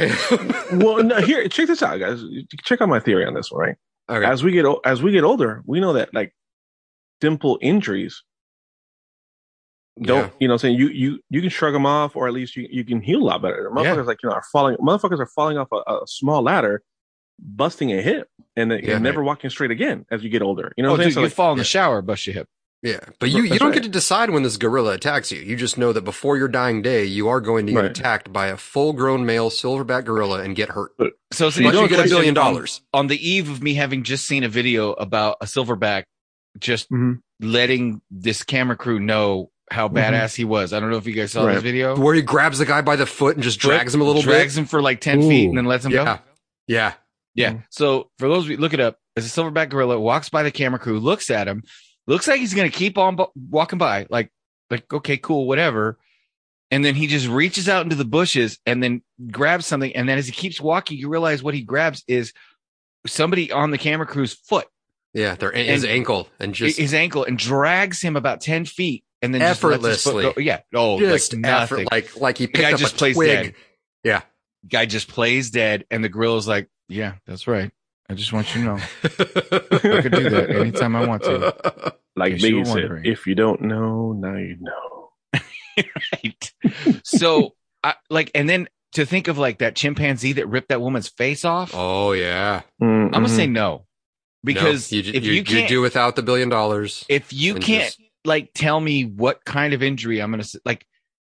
Speaker 6: I am.
Speaker 8: well, no, here, check this out, guys. Check out my theory on this one. Right,
Speaker 6: okay.
Speaker 8: as we get o- as we get older, we know that like simple injuries don't.
Speaker 6: Yeah.
Speaker 8: You know, what I'm saying you you you can shrug them off, or at least you, you can heal a lot better. Motherfuckers
Speaker 5: Yeah.
Speaker 8: like you know are falling. Motherfuckers are falling off a, a small ladder, busting a hip, and, then-
Speaker 6: Yeah.
Speaker 8: and never walking straight again as you get older. You know,
Speaker 5: oh,
Speaker 8: what I'm
Speaker 5: dude,
Speaker 8: saying? So,
Speaker 5: you
Speaker 8: like,
Speaker 5: fall in the
Speaker 6: yeah.
Speaker 5: shower, bust your hip.
Speaker 6: Yeah, but you, you
Speaker 8: That's
Speaker 6: don't
Speaker 8: right.
Speaker 6: get to decide when this gorilla attacks you. You just know that before your dying day, you are going to get
Speaker 8: Right.
Speaker 6: attacked by a full-grown male silverback gorilla and get hurt.
Speaker 5: So, so
Speaker 6: But you
Speaker 5: here's
Speaker 6: don't
Speaker 5: my
Speaker 6: get a
Speaker 5: question.
Speaker 6: billion
Speaker 5: On-
Speaker 6: dollars.
Speaker 5: on the eve of me having just seen a video about a silverback just
Speaker 8: Mhm.
Speaker 6: Mm-hmm.
Speaker 5: letting this camera crew know how
Speaker 8: Mhm.
Speaker 5: badass he was. I don't know if you guys saw this
Speaker 8: Right.
Speaker 5: video.
Speaker 6: Where he grabs the guy by the foot and just drags him a little
Speaker 5: drags him for like ten
Speaker 7: Ooh.
Speaker 5: feet and then lets him
Speaker 6: bit.
Speaker 5: go.
Speaker 6: Yeah, yeah.
Speaker 5: Yeah.
Speaker 6: Mm-hmm.
Speaker 5: So for those of you, look it up. As a silverback gorilla walks by the camera crew, looks at him, looks like he's gonna keep on bu- walking by, like, like okay, cool, whatever. And then he just reaches out into the bushes and then grabs something. And then as he keeps walking, you realize what he grabs is somebody on the camera crew's foot,
Speaker 6: Yeah, they're his
Speaker 5: And-
Speaker 6: ankle and just
Speaker 5: his ankle, and drags him about ten feet, and then just lets his foot
Speaker 6: Effortlessly.
Speaker 5: go. Yeah. Oh,
Speaker 6: just
Speaker 5: like
Speaker 6: effort-
Speaker 5: nothing.
Speaker 6: like like he
Speaker 5: The
Speaker 6: picked
Speaker 5: guy
Speaker 6: up
Speaker 5: just
Speaker 6: a
Speaker 5: plays
Speaker 6: twig.
Speaker 5: dead.
Speaker 6: Yeah.
Speaker 5: Guy just plays dead, and the gorilla's like, "Yeah, that's right. I just want you to know."
Speaker 6: I
Speaker 5: could do that anytime I want
Speaker 6: to.
Speaker 8: Like
Speaker 5: Yes, you
Speaker 8: Biggie
Speaker 5: were
Speaker 8: said,
Speaker 5: wondering.
Speaker 8: if you don't know, now you know.
Speaker 5: right. so I like, and then to think of like that chimpanzee that ripped that woman's face off,
Speaker 6: Oh yeah,
Speaker 8: Mm,
Speaker 5: I'm
Speaker 8: mm-hmm.
Speaker 5: gonna say no, because
Speaker 6: No, you, ju-
Speaker 5: if
Speaker 6: you,
Speaker 5: you,
Speaker 6: you
Speaker 5: can't,
Speaker 6: do without the billion dollars,
Speaker 5: if you
Speaker 6: and
Speaker 5: can't
Speaker 6: just-
Speaker 5: like tell me what kind of injury I'm gonna s- like,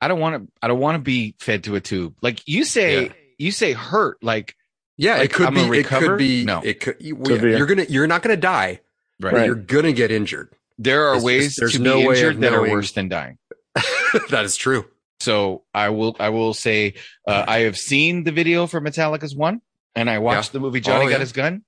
Speaker 5: I don't want to, I don't want to be fed to a tube. Like you say,
Speaker 6: Yeah.
Speaker 5: you say hurt, like
Speaker 6: yeah,
Speaker 5: Like,
Speaker 6: it could
Speaker 5: I'm
Speaker 6: be.
Speaker 5: gonna
Speaker 6: It
Speaker 5: recover?
Speaker 6: could be.
Speaker 5: No.
Speaker 6: it could. You,
Speaker 8: Could be.
Speaker 6: are gonna. You're not gonna die.
Speaker 5: right.
Speaker 6: but
Speaker 8: Right.
Speaker 6: You're gonna get injured.
Speaker 5: There are
Speaker 6: It's- it's-
Speaker 5: ways
Speaker 6: there's
Speaker 5: to
Speaker 6: no way
Speaker 5: be
Speaker 6: of
Speaker 5: injured that are
Speaker 6: knowing.
Speaker 5: worse than dying.
Speaker 6: that is true.
Speaker 5: So I will, I will say, uh, I have seen the video for Metallica's one, and I watched the movie Johnny
Speaker 6: Oh,
Speaker 5: Got
Speaker 6: yeah.
Speaker 5: His Gun.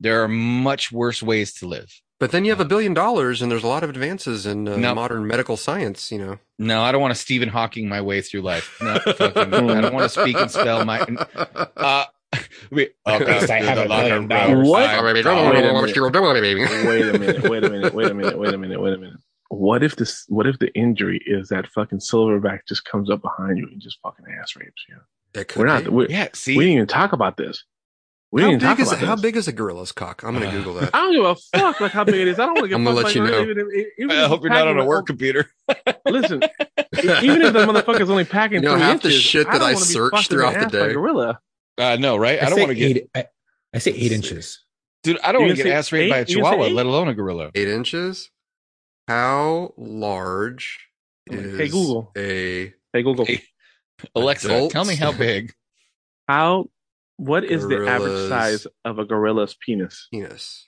Speaker 5: There are much worse ways to live.
Speaker 6: But then you have a billion dollars, and there's a lot of advances in uh,
Speaker 5: No.
Speaker 6: modern medical science. You know,
Speaker 5: No, I don't want to Stephen Hawking my way through life. No, fucking, I don't want to speak and spell my. Uh, wait,
Speaker 6: At least I have a
Speaker 5: billion
Speaker 8: dollars. What?
Speaker 5: I'm
Speaker 8: Wait a minute.
Speaker 6: Wait
Speaker 8: wait a minute, wait a minute, wait a minute, wait a minute, wait a minute. What if this? What if the injury is that fucking silverback just comes up behind you and just fucking ass rapes you? We're not. We're,
Speaker 5: Yeah, see,
Speaker 8: We didn't even talk about this. We
Speaker 6: How
Speaker 8: didn't
Speaker 6: big
Speaker 8: talk
Speaker 6: is
Speaker 8: about this.
Speaker 6: how big is a gorilla's cock? I'm gonna
Speaker 5: Uh,
Speaker 6: Google that.
Speaker 8: I don't give a fuck like how big it is. I don't want to get.
Speaker 6: I'm gonna let you know.
Speaker 5: I hope you're not on a work computer.
Speaker 8: Listen, even if the motherfucker's only packing
Speaker 6: You know,
Speaker 8: three
Speaker 6: half the
Speaker 8: inches,
Speaker 6: shit that
Speaker 8: don't
Speaker 6: I
Speaker 8: wanna be
Speaker 6: search
Speaker 8: fucked in
Speaker 6: throughout the
Speaker 8: ass by a
Speaker 6: day.
Speaker 8: gorilla.
Speaker 5: Uh, no, right? I don't
Speaker 7: say
Speaker 5: want to get,
Speaker 7: eight, I, I say eight inches.
Speaker 5: dude. I don't
Speaker 8: You
Speaker 5: want to
Speaker 8: can
Speaker 5: get
Speaker 8: say
Speaker 5: ass raped by a
Speaker 8: eight? You can say
Speaker 5: chihuahua,
Speaker 8: eight?
Speaker 5: let alone a gorilla.
Speaker 6: Eight inches. How large
Speaker 8: I'm like,
Speaker 6: is
Speaker 8: hey, Google.
Speaker 6: a
Speaker 8: Hey Google,
Speaker 5: Hey. Alexa,
Speaker 6: Adults?
Speaker 5: tell me how big.
Speaker 8: how? What is the average
Speaker 6: Gorillas.
Speaker 8: size of a gorilla's penis?
Speaker 6: penis?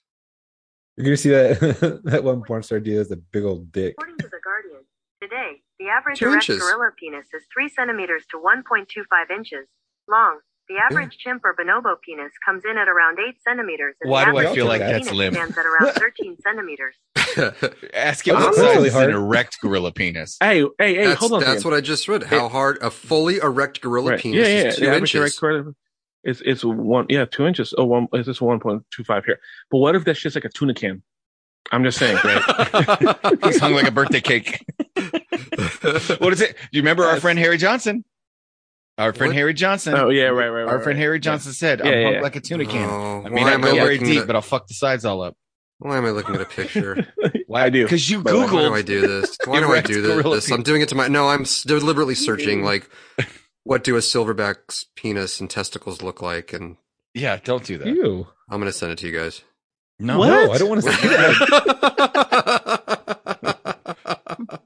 Speaker 7: You're gonna see that that one porn star dude has a big old dick.
Speaker 9: According to The Guardian, today, the average
Speaker 6: Two
Speaker 9: erect
Speaker 6: inches.
Speaker 9: gorilla penis is 3 centimeters to 1.25 inches long. The average chimp or bonobo penis comes in at around 8 centimeters. And
Speaker 5: Why
Speaker 9: the
Speaker 5: do I
Speaker 9: average
Speaker 5: feel like
Speaker 9: human
Speaker 5: that's
Speaker 9: penis
Speaker 5: limp?
Speaker 9: stands at around 13 centimeters.
Speaker 5: Ask him
Speaker 8: Oh,
Speaker 5: what
Speaker 8: that's
Speaker 5: size
Speaker 7: really
Speaker 5: is an
Speaker 7: hard.
Speaker 5: erect gorilla penis.
Speaker 8: Hey, hey, hey!
Speaker 6: that's
Speaker 8: hold on. a
Speaker 6: that's
Speaker 8: second.
Speaker 6: what I just read. How hard a fully erect gorilla
Speaker 8: Right.
Speaker 6: penis
Speaker 8: yeah, yeah,
Speaker 6: is
Speaker 8: yeah,
Speaker 6: two
Speaker 8: average
Speaker 6: inches.
Speaker 8: erect gorilla- It's it's one yeah two inches. Oh one it's just one point two five here. But what if that's just like a tuna can? I'm just saying.
Speaker 5: He's hung like a birthday cake. What is it? You remember our
Speaker 8: Yes.
Speaker 5: friend Harry Johnson? Our friend
Speaker 6: What?
Speaker 5: Harry Johnson.
Speaker 8: oh yeah, right, right. right
Speaker 5: Our friend
Speaker 8: right.
Speaker 5: Harry Johnson said, "I'm
Speaker 8: Yeah, yeah,
Speaker 5: hung
Speaker 8: yeah.
Speaker 5: like a tuna can."
Speaker 6: Oh,
Speaker 5: I mean,
Speaker 6: why
Speaker 5: I
Speaker 6: am
Speaker 5: go very
Speaker 6: looking
Speaker 5: deep,
Speaker 6: at-
Speaker 5: but I'll fuck the sides all up.
Speaker 6: Why am I looking at a picture?
Speaker 8: I do.
Speaker 5: Because you
Speaker 8: By the way,
Speaker 5: Googled.
Speaker 8: why
Speaker 6: Why do I do this? Why do I
Speaker 5: Erect
Speaker 6: do this?
Speaker 5: gorilla
Speaker 6: this? I'm doing it to my. No, I'm s- deliberately searching. Like, what do a silverback's penis and testicles look like? And
Speaker 5: Yeah, don't do that.
Speaker 7: Ew.
Speaker 6: I'm gonna send it to you guys.
Speaker 5: No.
Speaker 8: What?
Speaker 7: No, I don't want to see that.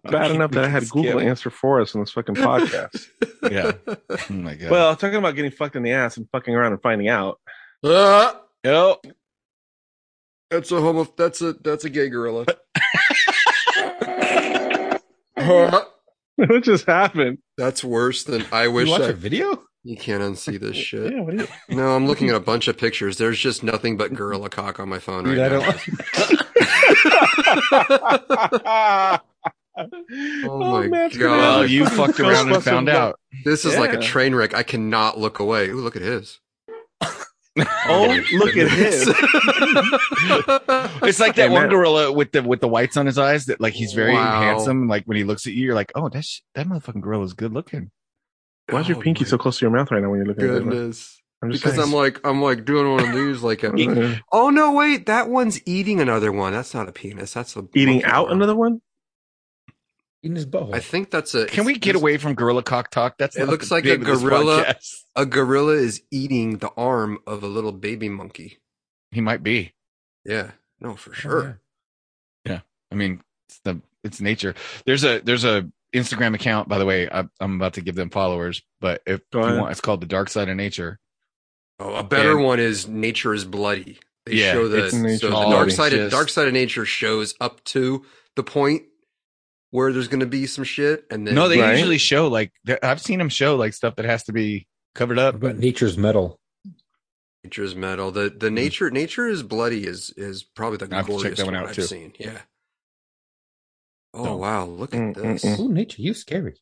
Speaker 8: Bad enough that I had
Speaker 5: Skip.
Speaker 8: Google answer for us on this fucking podcast.
Speaker 5: Yeah. Oh my god.
Speaker 8: Well, talking about getting fucked in the ass and fucking around and finding out.
Speaker 6: Ah,
Speaker 5: oh,
Speaker 6: that's a homo. That's a that's a gay gorilla.
Speaker 8: what just happened?
Speaker 6: Ah, that's worse than I
Speaker 7: You
Speaker 6: wish.
Speaker 7: watch
Speaker 6: I,
Speaker 7: a video?
Speaker 6: you can't unsee this shit.
Speaker 8: Yeah, what do you?
Speaker 6: No, I'm looking at a bunch of pictures. There's just nothing but gorilla cock on my phone
Speaker 7: Dude, I
Speaker 6: right
Speaker 7: don't.
Speaker 6: now. my
Speaker 8: Oh, man, it's gonna
Speaker 6: God.
Speaker 8: have
Speaker 5: well,
Speaker 8: like
Speaker 5: you
Speaker 8: fucking
Speaker 5: fucked around and found
Speaker 8: Ghostbusters-
Speaker 5: out.
Speaker 6: This is like a
Speaker 8: Yeah.
Speaker 6: train wreck. I cannot look away. Ooh, look at his.
Speaker 8: Oh, look at his.
Speaker 5: It's like that
Speaker 8: Hey,
Speaker 5: one
Speaker 8: man.
Speaker 5: gorilla with the with the whites on his eyes. That like he's very
Speaker 6: Wow.
Speaker 5: handsome. Like when he looks at you, you're like, oh, that sh- that motherfucking gorilla is good looking.
Speaker 8: Why is your
Speaker 6: Oh
Speaker 8: pinky
Speaker 6: my
Speaker 8: so close to your mouth right now when you're looking at it?
Speaker 6: Goodness.
Speaker 8: I'm just
Speaker 6: Because
Speaker 8: saying.
Speaker 6: I'm like I'm like doing one of these like a,
Speaker 8: Uh,
Speaker 6: Oh no, wait, that one's eating another one. That's not a penis. That's a
Speaker 8: eating
Speaker 6: monkey
Speaker 8: out
Speaker 6: arm.
Speaker 8: another one.
Speaker 7: In his
Speaker 6: I
Speaker 7: butthole.
Speaker 6: think that's a
Speaker 5: Can we
Speaker 6: it's-
Speaker 5: get
Speaker 6: it's-
Speaker 5: away from gorilla cock talk? That's
Speaker 6: It
Speaker 5: not
Speaker 6: looks
Speaker 5: the
Speaker 6: like a
Speaker 5: name of this
Speaker 6: gorilla-
Speaker 5: podcast.
Speaker 6: a gorilla is eating the arm of a little baby monkey.
Speaker 5: He might be.
Speaker 6: Yeah. No, for
Speaker 7: Oh,
Speaker 6: sure.
Speaker 5: I mean, it's the it's nature. There's a there's a Instagram account by the way. I, I'm about to give them followers, but if
Speaker 8: Go
Speaker 5: you
Speaker 8: ahead.
Speaker 5: want, it's called the Dark Side of Nature.
Speaker 6: Oh, a better
Speaker 5: And-
Speaker 6: one is Nature is Bloody. They
Speaker 5: Yeah,
Speaker 6: show the,
Speaker 8: it's
Speaker 6: so
Speaker 8: Nature
Speaker 6: the
Speaker 8: is
Speaker 6: dark
Speaker 8: Bloody.
Speaker 6: side of
Speaker 5: Just-
Speaker 6: dark side of nature shows up to the point where there's going to be some shit, and then
Speaker 5: No, they
Speaker 8: Right.
Speaker 5: usually show like th- I've seen them show like stuff that has to be covered
Speaker 7: What
Speaker 5: up.
Speaker 7: about nature's metal?
Speaker 6: nature is metal. The the nature nature is bloody is is probably the
Speaker 5: Mm-hmm. I have to check
Speaker 6: glorious
Speaker 5: that one
Speaker 6: one,
Speaker 5: out,
Speaker 6: I've
Speaker 5: too.
Speaker 6: seen. Yeah.
Speaker 5: So-
Speaker 6: Oh
Speaker 5: mm-hmm.
Speaker 6: wow! Look at
Speaker 8: Mm, mm,
Speaker 6: this.
Speaker 8: mm.
Speaker 7: Oh, nature, you scary.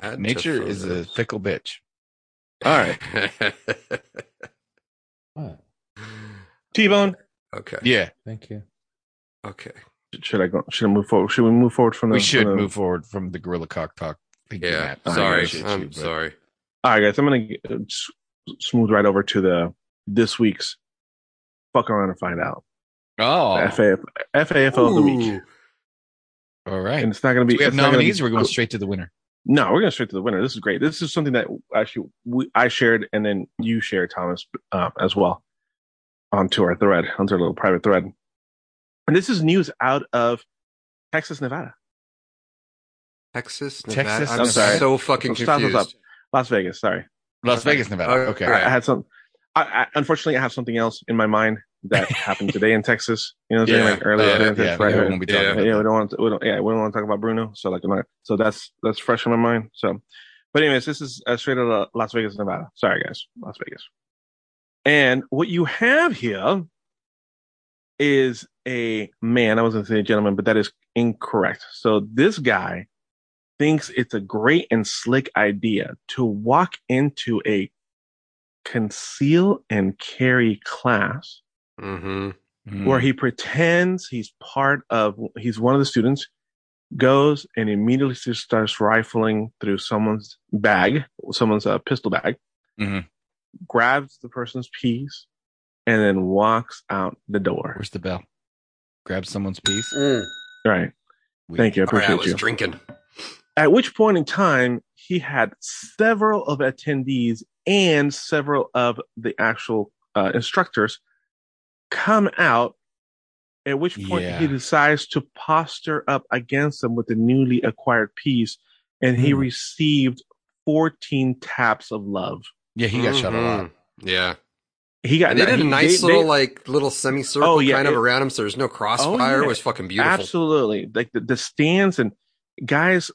Speaker 6: Add to
Speaker 5: Nature is a
Speaker 6: photos.
Speaker 5: fickle bitch.
Speaker 8: All right,
Speaker 7: Wow,
Speaker 8: T Bone.
Speaker 6: okay.
Speaker 5: Yeah,
Speaker 7: thank you.
Speaker 6: Okay.
Speaker 8: Should I go? Should I move forward? Should we move forward from the?
Speaker 5: we should
Speaker 8: from the-
Speaker 5: move forward from the gorilla cock talk. Thank you,
Speaker 6: Yeah.
Speaker 5: Matt. I
Speaker 6: Sorry.
Speaker 5: appreciate you,
Speaker 6: I'm
Speaker 5: but-
Speaker 6: sorry.
Speaker 8: All right, guys. I'm gonna get- uh, s- smooth right over to the this week's fuck around and find out.
Speaker 5: Oh,
Speaker 8: FAF, FAFO of the week,
Speaker 6: Ooh.
Speaker 5: all right.
Speaker 8: and it's not gonna be.
Speaker 5: Do we have
Speaker 8: it's not gonna
Speaker 5: nominees,
Speaker 8: be-
Speaker 5: or we're going straight to the winner.
Speaker 8: No, we're going straight to the winner. This is great. This is something that actually we, I shared and then you shared, Thomas, um, as well onto our thread, onto our little private thread. And this is news out of Texas, Nevada,
Speaker 6: Texas, Nevada.
Speaker 5: Texas,
Speaker 6: I'm,
Speaker 5: I'm
Speaker 8: sorry.
Speaker 6: so fucking
Speaker 8: Stop, stop,
Speaker 6: confused.
Speaker 8: stop. Las Vegas. Sorry.
Speaker 5: Las Vegas, Nevada.
Speaker 6: Uh,
Speaker 5: okay.
Speaker 8: I- I
Speaker 6: Right.
Speaker 8: had some, I, I, unfortunately, I have something else in my mind that happened today in Texas. You know what I'm
Speaker 6: Yeah.
Speaker 8: saying? Like earlier.
Speaker 6: Uh,
Speaker 8: today in
Speaker 5: yeah,
Speaker 8: Texas,
Speaker 5: we
Speaker 8: right?
Speaker 5: won't be talking
Speaker 6: Yeah.
Speaker 8: yeah,
Speaker 5: about
Speaker 8: we
Speaker 5: that.
Speaker 8: don't want to, we don't, yeah, we don't want to talk about Bruno. So like, I'm not- so that's that's fresh in my mind. So, but anyways, this is uh, straight out of Las Vegas, Nevada. Sorry guys, Las Vegas. And what you have here is a man. I was going to say gentleman, but that is incorrect. So this guy thinks it's a great and slick idea to walk into a conceal and carry class
Speaker 6: Mm-hmm.
Speaker 5: Mm.
Speaker 8: where he pretends he's part of he's one of the students goes and immediately just starts rifling through someone's bag someone's uh, pistol bag
Speaker 6: Mm-hmm.
Speaker 5: Mhm.
Speaker 8: grabs the person's piece and then walks out the door
Speaker 5: Where's the bell? Grab someone's piece.
Speaker 8: right
Speaker 5: We-
Speaker 8: Mm, thank you i
Speaker 6: All right, I
Speaker 8: appreciate
Speaker 6: was
Speaker 8: you
Speaker 6: drinking.
Speaker 8: at which point in time he had several of attendees and several of the actual uh, instructors come out at which point
Speaker 5: Yeah.
Speaker 8: he decides to posture up against them with the newly acquired piece and he
Speaker 7: Hmm.
Speaker 8: received 14 taps of love
Speaker 5: Yeah, he got shot a lot.
Speaker 8: Mm-hmm.
Speaker 6: Mhm. Yeah.
Speaker 8: he got
Speaker 6: And they did a
Speaker 8: he-
Speaker 6: nice
Speaker 8: they-
Speaker 6: little
Speaker 8: they-
Speaker 6: like little semicircle
Speaker 8: Oh, yeah,
Speaker 6: kind of
Speaker 8: it- Oh,
Speaker 6: around him, so there's no crossfire.
Speaker 8: yeah.
Speaker 6: It was fucking beautiful.
Speaker 8: Absolutely. Like the, the stands and guys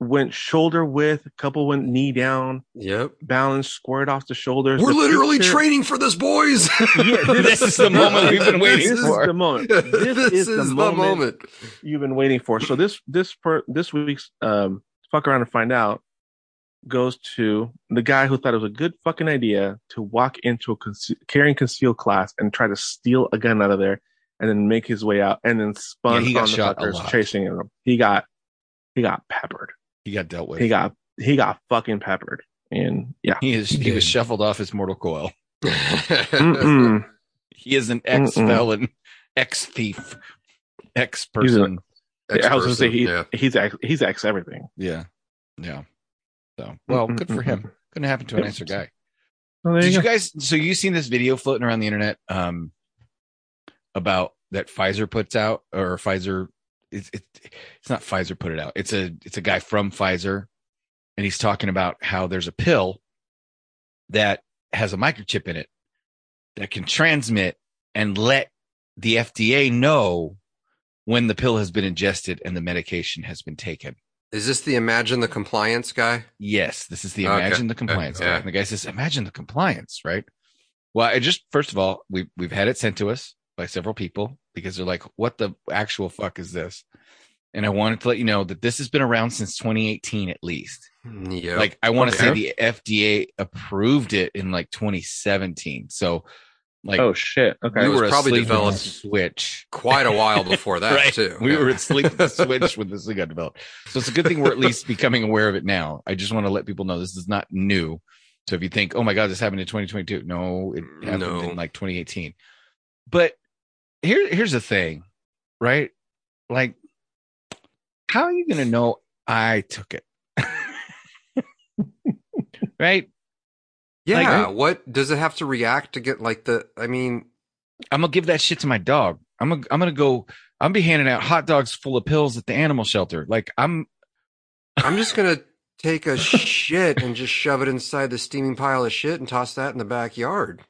Speaker 8: went shoulder width, a couple went knee down,
Speaker 6: Yep.
Speaker 8: balance squared off the shoulders.
Speaker 6: We're
Speaker 8: The
Speaker 6: literally
Speaker 8: picture-
Speaker 6: training for this, boys.
Speaker 8: Yeah,
Speaker 5: This is the moment we've been waiting
Speaker 8: this
Speaker 5: for.
Speaker 8: Is the moment. This, is, the, moment you've been waiting for. So this this per, this week's um, fuck around and find out goes to the guy who thought it was a good fucking idea to walk into a conce- carrying concealed class and try to steal a gun out of there and then make his way out and then
Speaker 5: Yeah,
Speaker 8: spun
Speaker 5: he got
Speaker 8: on the
Speaker 5: shot a lot.
Speaker 8: fuckers chasing him. He got he got peppered.
Speaker 5: He got dealt with.
Speaker 8: He got he got fucking peppered. And yeah.
Speaker 5: He is. He was
Speaker 7: Yeah.
Speaker 5: shuffled off his mortal coil.
Speaker 6: moment.
Speaker 8: Mm-mm.
Speaker 5: He is an ex felon, ex thief, ex person.
Speaker 8: I was gonna say
Speaker 6: Ex-person,
Speaker 8: he,
Speaker 6: yeah.
Speaker 8: he's ex, he's ex everything.
Speaker 5: Yeah, yeah. So well,
Speaker 8: Mm-mm,
Speaker 5: good for him. Couldn't happen to a
Speaker 8: Yep.
Speaker 5: nicer guy.
Speaker 8: Well, there
Speaker 5: Did
Speaker 8: you
Speaker 5: you
Speaker 8: go.
Speaker 5: guys? So you seen this video floating around the internet um, about that Pfizer puts out, or Pfizer? It's it, it's not Pfizer put it out. It's a it's a guy from Pfizer, and he's talking about how there's a pill that has a microchip in it that can transmit and let the FDA know when the pill has been ingested and the medication has been taken.
Speaker 6: Is this the imagine the compliance guy?
Speaker 5: Yes, this is the
Speaker 6: Okay.
Speaker 5: imagine the compliance.
Speaker 6: Yeah.
Speaker 5: And the guy says, imagine the compliance, right? Well, I just first of all, we we've had it sent to us by several people because they're like, what the actual fuck is this? And I wanted to let you know that this has been around since 2018 at least.
Speaker 6: Yeah.
Speaker 5: Like I want to say
Speaker 8: Okay.
Speaker 5: the FDA approved it in like 2017. So like
Speaker 8: Oh shit. Okay.
Speaker 5: we
Speaker 6: It was
Speaker 5: were probably asleep
Speaker 6: probably
Speaker 5: at the
Speaker 6: developed-
Speaker 5: switch.
Speaker 6: quite a while before that
Speaker 5: right.
Speaker 6: too.
Speaker 5: We
Speaker 6: Yeah.
Speaker 5: were asleep at the switch when this thing got developed. So it's a good thing we're at least becoming aware of it now. I just want to let people know this is not new. So if you think, oh my God, this happened in 2022, no, it happened
Speaker 6: No.
Speaker 5: in like 2018. But here, here's the thing, right? Like, how are you going to know I took it? right?
Speaker 6: Yeah.
Speaker 5: Like-
Speaker 6: what does it have to react to get like the? I mean,
Speaker 5: I'm going to give that shit to my dog. I'm going to I'm going to go I'm be handing out hot dogs full of pills at the animal shelter. Like I'm
Speaker 6: I'm just gonna take a shit and just shove it inside the steaming pile of shit and toss that in the backyard.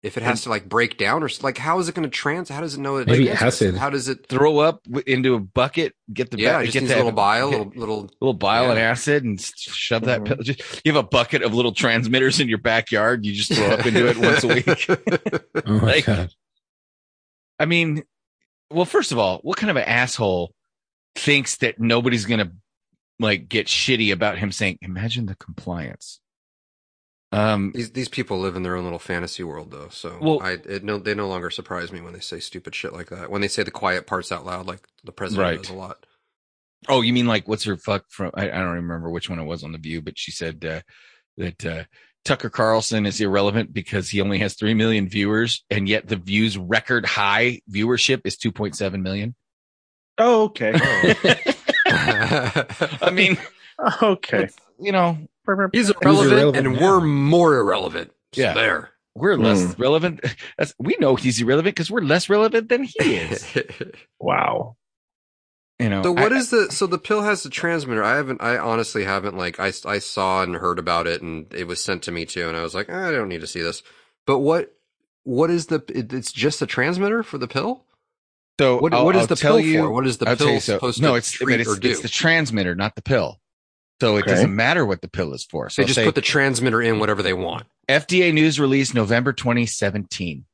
Speaker 6: If it has to like break down or s- like, how is it going to trans? How does it know it?
Speaker 7: Maybe
Speaker 6: exists?
Speaker 7: acid.
Speaker 6: How does it?
Speaker 5: throw up w- into a bucket, get the
Speaker 6: yeah,
Speaker 5: ba-
Speaker 6: it just
Speaker 5: get
Speaker 6: needs a
Speaker 5: that
Speaker 6: little bile,
Speaker 5: get-
Speaker 6: little, little
Speaker 5: little bile
Speaker 6: Yeah. Mm-hmm.
Speaker 5: and acid, and s- shove that pill. Just, you have a bucket of little transmitters in your backyard. You just throw up into it once a week.
Speaker 7: Oh my
Speaker 5: Like-
Speaker 7: god.
Speaker 5: I mean, well, first of all, what kind of an asshole thinks that nobody's gonna like get shitty about him saying, "Imagine the compliance." Um,
Speaker 6: these these people live in their own little fantasy world, though. So
Speaker 5: Well-
Speaker 6: I it no they no longer surprise me when they say stupid shit like that. When they say the quiet parts out loud, like the president
Speaker 5: Right.
Speaker 6: does a lot.
Speaker 5: Oh, you mean like what's her fuck from? I, I don't remember which one it was on the View, but she said uh, that uh, Tucker Carlson is irrelevant because he only has three million viewers, and yet the View's record high viewership is two point seven million.
Speaker 8: Oh, okay.
Speaker 5: I
Speaker 6: I
Speaker 5: mean,
Speaker 8: okay.
Speaker 5: you know,
Speaker 6: he's irrelevant,
Speaker 7: irrelevant
Speaker 6: and
Speaker 7: now.
Speaker 6: we're more irrelevant. So
Speaker 5: Yeah.
Speaker 6: there.
Speaker 5: we're less
Speaker 8: Hmm.
Speaker 5: relevant. That's, we know he's irrelevant because we're less relevant than he is.
Speaker 6: so
Speaker 8: Wow.
Speaker 5: You know.
Speaker 6: what
Speaker 5: Oh, I-
Speaker 6: is the so the pill has the transmitter? I haven't. I honestly haven't. Like I I saw and heard about it, and it was sent to me too, and I was like, "Eh, I don't need to see this. But what what is the? It, it's just the transmitter for the pill.
Speaker 5: so?
Speaker 6: What,
Speaker 5: I'll-
Speaker 6: what is
Speaker 5: I'll
Speaker 6: the
Speaker 5: tell
Speaker 6: pill
Speaker 5: you,
Speaker 6: for? What is the
Speaker 5: I'll tell
Speaker 6: pill
Speaker 5: you so.
Speaker 6: supposed
Speaker 5: no,
Speaker 6: to
Speaker 5: it's, I mean,
Speaker 6: treat
Speaker 5: it's,
Speaker 6: or do?
Speaker 5: it's the transmitter, not the pill. So it
Speaker 8: Okay.
Speaker 5: doesn't matter what the pill is for. So
Speaker 6: they just
Speaker 5: say,
Speaker 6: put the transmitter in whatever they want.
Speaker 5: FDA news release November 2017.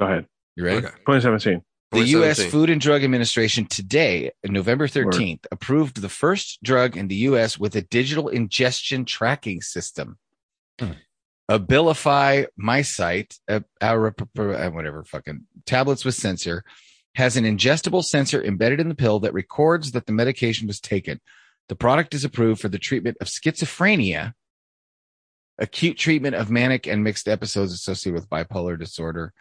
Speaker 8: Go ahead.
Speaker 5: You ready?
Speaker 6: Okay.
Speaker 8: 2017.
Speaker 5: The
Speaker 6: We're
Speaker 5: U.S.
Speaker 6: 17.
Speaker 5: Food and Drug Administration today, November 13th, approved the first drug in the U.S. with a digital ingestion tracking system.
Speaker 7: Hmm.
Speaker 5: Abilify MySite, uh, our- uh, whatever fucking tablets with sensor, has an ingestible sensor embedded in the pill that records that the medication was taken. The product is approved for the treatment of schizophrenia, acute treatment of manic and mixed episodes associated with bipolar disorder,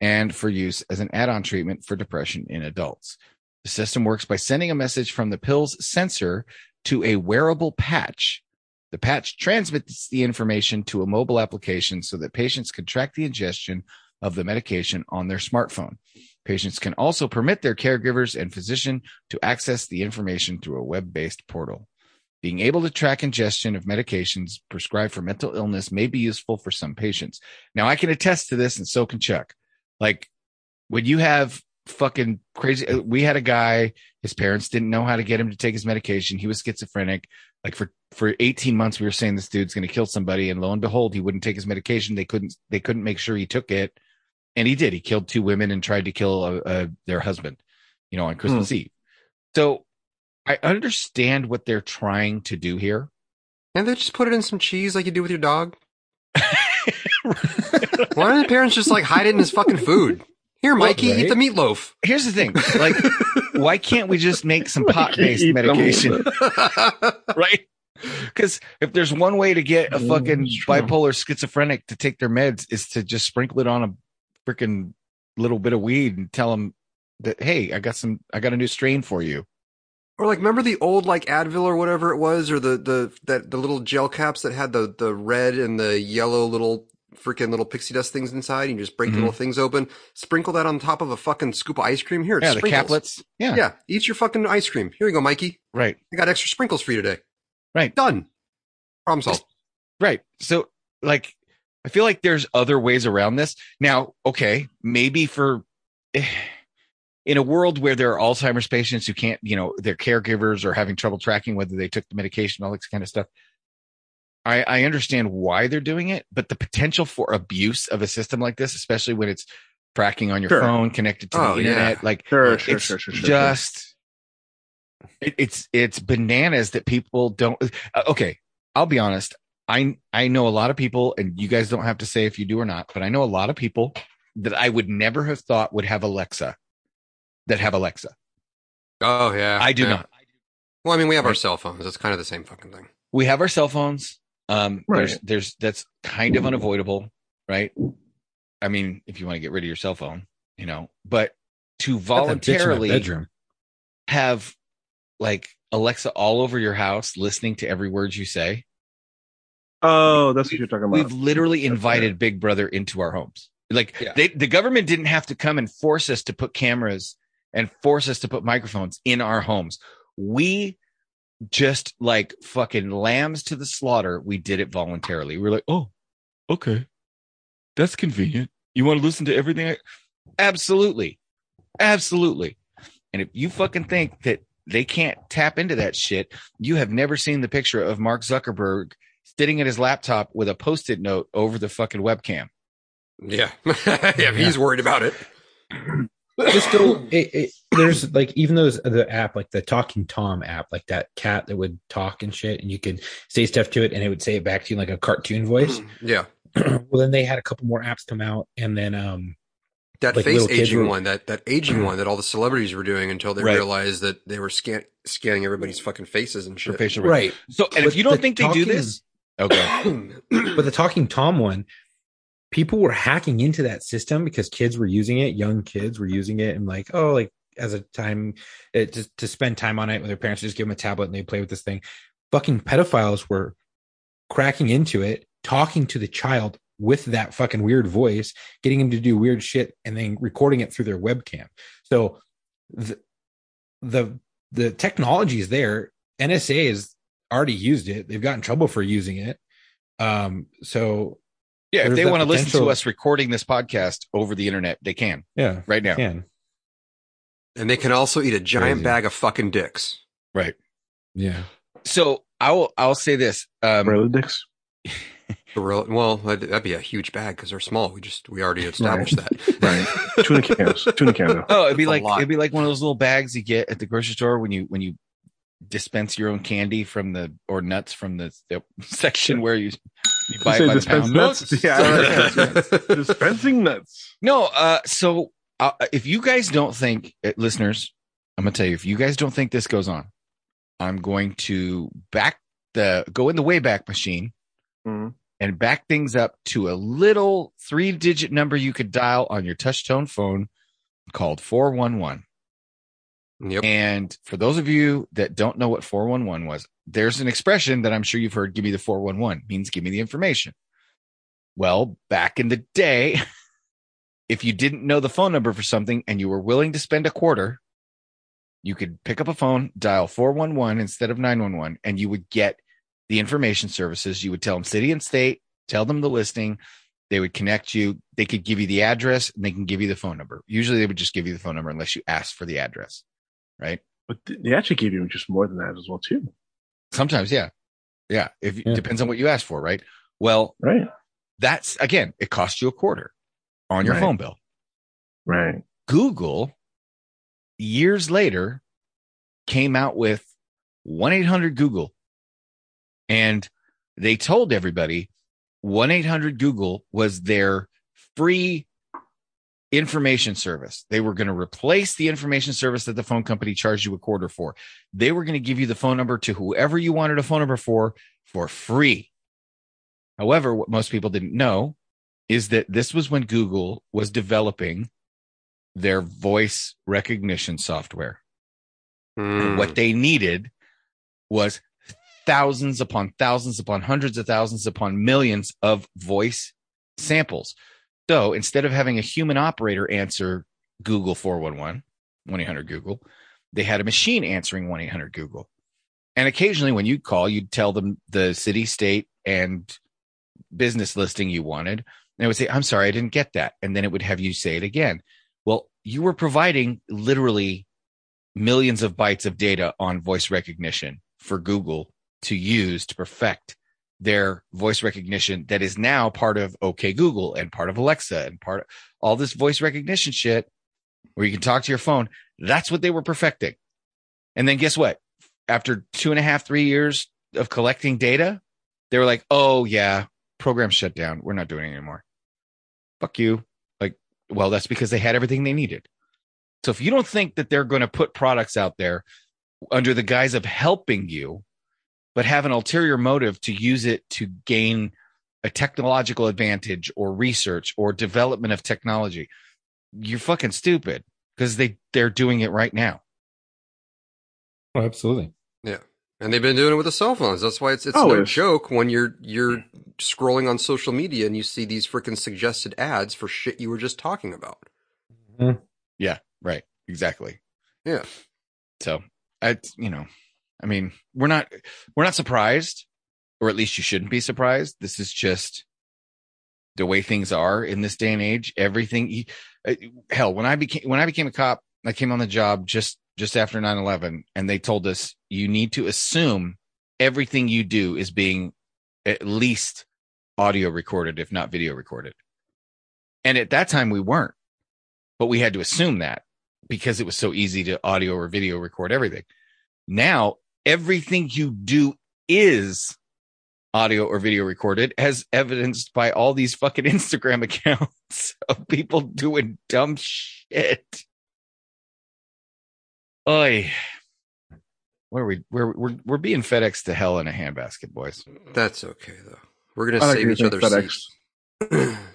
Speaker 5: and for use as an add on treatment for depression in adults. The system works by sending a message from the pill's sensor to a wearable patch. The patch transmits the information to a mobile application so that patients can track the ingestion of the medication on their smartphone. Patients can also permit their caregivers and physician to access the information through a web based portal. Being able to track ingestion of medications prescribed for mental illness may be useful for some patients. Now, I can attest to this, and so can Chuck. Like, when you have fucking crazy, uh, we had a guy, his parents didn't know how to get him to take his medication. He was schizophrenic. Like, for, for 18 months, we were saying this dude's going to kill somebody. And lo and behold, he wouldn't take his medication. They couldn't, they couldn't make sure he took it. And he did. He killed two women and tried to kill uh, uh, their husband, you know, on
Speaker 8: Hmm.
Speaker 5: Christmas Eve. So I understand what they're trying to do here.
Speaker 6: And they just put it in some cheese like you do with your dog. Why don't the parents just like hide it in his fucking food? Here, Mikey, eat the meatloaf.
Speaker 5: Here's the thing. Like, why can't we just make some pot based
Speaker 8: eat them.
Speaker 5: medication? right? Because if there's one way to get a
Speaker 8: Mm,
Speaker 5: fucking
Speaker 8: that's true.
Speaker 5: bipolar schizophrenic to take their meds is to just sprinkle it on a freaking little bit of weed and tell them that, hey, I got some, I got a new strain for you.
Speaker 6: or like, remember the old like Advil or whatever it was, or the the that the little gel caps that had the the red and the yellow little freaking little pixie dust things inside, and you just break
Speaker 5: Mhm.
Speaker 6: the little things open. Sprinkle that on top of a fucking scoop of ice cream. Here, it's
Speaker 5: Yeah, the
Speaker 6: sprinkles.
Speaker 5: caplets. Yeah,
Speaker 6: Yeah, eat your fucking ice cream. Here you go, Mikey.
Speaker 5: Right.
Speaker 6: I got extra sprinkles for you today.
Speaker 5: Right.
Speaker 6: Done. Problem solved.
Speaker 5: Right. So like I feel like there's other ways around this. Now, okay, maybe for in a world where there are Alzheimer's patients who can't, you know, their caregivers are having trouble tracking whether they took the medication, all this kind of stuff. I, I understand why they're doing it, but the potential for abuse of a system like this, especially when it's tracking on your
Speaker 8: Sure.
Speaker 5: phone, connected to
Speaker 6: Oh,
Speaker 5: the
Speaker 6: yeah.
Speaker 5: internet, like
Speaker 8: Sure, sure,
Speaker 5: it's
Speaker 8: sure, sure, sure.
Speaker 5: just it- it's it's bananas that people don't. uh, okay, I'll be honest. I I know a lot of people, and you guys don't have to say if you do or not, but I know a lot of people that I would never have thought would have Alexa that have Alexa.
Speaker 6: Oh yeah.
Speaker 5: I do
Speaker 6: Yeah.
Speaker 5: not.
Speaker 6: Well, I mean, we have our cell phones. It's kind of the same fucking thing.
Speaker 5: We have our cell phones. Um,
Speaker 8: Right.
Speaker 5: there's there's that's kind of unavoidable, right? I mean, if you want to get rid of your cell phone, you know, but
Speaker 7: Got that bitch
Speaker 5: to
Speaker 7: in my
Speaker 5: voluntarily
Speaker 7: bedroom.
Speaker 5: have like Alexa all over your house listening to every word you say.
Speaker 8: Oh, that's what you're talking about.
Speaker 5: We've literally invited Big Brother into our homes. Like
Speaker 6: Yeah.
Speaker 5: they, the government didn't have to come and force us to put cameras and force us to put microphones in our homes. We just like fucking lambs to the slaughter. We did it voluntarily. We were like, oh, okay, that's convenient. You want to listen to everything? I-? Absolutely. Absolutely. And if you fucking think that they can't tap into that shit, you have never seen the picture of Mark Zuckerberg sitting at his laptop with a post it note over the fucking webcam.
Speaker 6: Yeah. yeah, he's worried about it.
Speaker 7: Just go. It, it, there's like even those the app like the Talking Tom app, like that cat that would talk and shit, and you could say stuff to it, and it would say it back to you in like a cartoon voice.
Speaker 6: Yeah.
Speaker 7: well, then they had a couple more apps come out, and then um,
Speaker 6: That
Speaker 7: Like
Speaker 6: face
Speaker 7: little kids
Speaker 6: aging
Speaker 7: were-
Speaker 6: one, that, that aging one that all the celebrities were doing until they
Speaker 5: Right.
Speaker 6: realized that they were scan- scanning everybody's fucking faces and
Speaker 5: for
Speaker 6: shit.
Speaker 5: facial rec-
Speaker 7: right,
Speaker 5: So, and if
Speaker 7: But
Speaker 5: you don't
Speaker 7: the
Speaker 5: think they do
Speaker 7: talking-
Speaker 5: this, okay,
Speaker 7: but the Talking Tom one, people were hacking into that system because kids were using it, young kids were using it, and like, oh, like as a time it, to, to spend time on it with their parents, just give them a tablet and they play with this thing. Fucking pedophiles were cracking into it, talking to the child with that fucking weird voice, getting him to do weird shit, and then recording it through their webcam. So the the the technology is there. NSA has already used it. They've got in trouble for using it. Um, so
Speaker 5: yeah, if
Speaker 7: There's
Speaker 5: they
Speaker 7: that
Speaker 5: want to listen to
Speaker 7: potential-
Speaker 5: us recording this podcast over the internet, they can
Speaker 7: yeah,
Speaker 5: right now.
Speaker 7: can
Speaker 6: and they can also eat a giant
Speaker 7: Crazy.
Speaker 6: bag of fucking dicks.
Speaker 5: Right.
Speaker 7: yeah.
Speaker 5: So I will. I'll say this. Um,
Speaker 8: Gorilla dicks.
Speaker 6: Gorilla- Well, that'd that'd be a huge bag because they're small. We just we already established that.
Speaker 8: Right. Tuna cans. Tuna can though.
Speaker 5: oh, it'd be
Speaker 6: That's
Speaker 5: like
Speaker 6: a lot.
Speaker 5: it'd be like one of those little bags you get at the grocery store when you when you dispense your own candy from the or nuts from the, the section where you you buy
Speaker 8: say
Speaker 5: it by the
Speaker 8: dispense
Speaker 5: pound.
Speaker 8: nuts?
Speaker 5: Nuts.
Speaker 8: Yeah, I Dispensing nuts.
Speaker 5: No, uh, so uh, if you guys don't think, uh, listeners, I'm gonna tell you, if you guys don't think this goes on, I'm going to back the go in the Wayback Machine
Speaker 8: Mhm.
Speaker 5: and back things up to a little three digit number you could dial on your touchtone phone called 411.
Speaker 6: yep.
Speaker 5: And for those of you that don't know what 411 was, there's an expression that I'm sure you've heard give me the 411 means give me the information. Well, back in the day, if you didn't know the phone number for something and you were willing to spend a quarter, you could pick up a phone, dial 411 instead of 911, and you would get the information services. You would tell them city and state, tell them the listing. They would connect you. They could give you the address and they can give you the phone number. Usually they would just give you the phone number unless you asked for the address, right?
Speaker 8: But th- they actually gave you just more than that as well too,
Speaker 5: Sometimes, yeah. Yeah. If
Speaker 7: Yeah.
Speaker 5: depends on what you ask for, right? Well,
Speaker 8: right?
Speaker 5: that's again, it costs you a quarter on your
Speaker 8: Right.
Speaker 5: phone bill.
Speaker 8: Right.
Speaker 5: Google years later came out with 1 800 Google. And they told everybody 1 800 Google was their free information service. They were going to replace the information service that the phone company charged you a quarter for. They were going to give you the phone number to whoever you wanted a phone number for for free. However, what most people didn't know is that this was when Google was developing their voice recognition software.
Speaker 6: Mm.
Speaker 5: And What they needed was thousands upon thousands upon hundreds of thousands upon millions of voice samples. So instead of having a human operator answer Google 411, 1 800 Google, they had a machine answering 1 800 Google. And occasionally when you'd call, you'd tell them the city, state, and business listing you wanted. And it would say, I'm sorry, I didn't get that. And then it would have you say it again. Well, you were providing literally millions of bytes of data on voice recognition for Google to use to perfect their voice recognition that is now part of OK Google and part of Alexa and part of all this voice recognition shit where you can talk to your phone. That's what they were perfecting. And then guess what? After two and a half, three years of collecting data, they were like, oh, yeah, program shut down. We're not doing it anymore. Fuck you. Like, well, that's because they had everything they needed. So if you don't think that they're going to put products out there under the guise of helping you, but have an ulterior motive to use it to gain a technological advantage or research or development of technology, you're fucking stupid because they they're doing it right now.
Speaker 7: Oh, absolutely.
Speaker 6: And they've been doing it with the cell phones. That's why it's it's no
Speaker 8: Always.
Speaker 6: joke when you're you're scrolling on social media and you see these freaking suggested ads for shit you were just talking about.
Speaker 5: Yeah, right. exactly
Speaker 6: Yeah.
Speaker 5: so i you know i mean we're not we're not surprised or at least you shouldn't be surprised this is just the way things are in this day and age everything eh, hell when i became when i became a cop i came on the job just just after 9-11 and they told us you need to assume everything you do is being at least audio recorded if not video recorded and at that time we weren't but we had to assume that because it was so easy to audio or video record everything. Now, everything you do is audio or video recorded, as evidenced by all these fucking Instagram accounts of people doing dumb shit. Oi. Where are we? Where we're we're being FedEx to hell in a handbasket, boys.
Speaker 6: That's okay though. We're gonna
Speaker 8: I like
Speaker 6: save
Speaker 8: to
Speaker 6: each
Speaker 8: think
Speaker 6: other's
Speaker 8: FedEx.
Speaker 6: seats.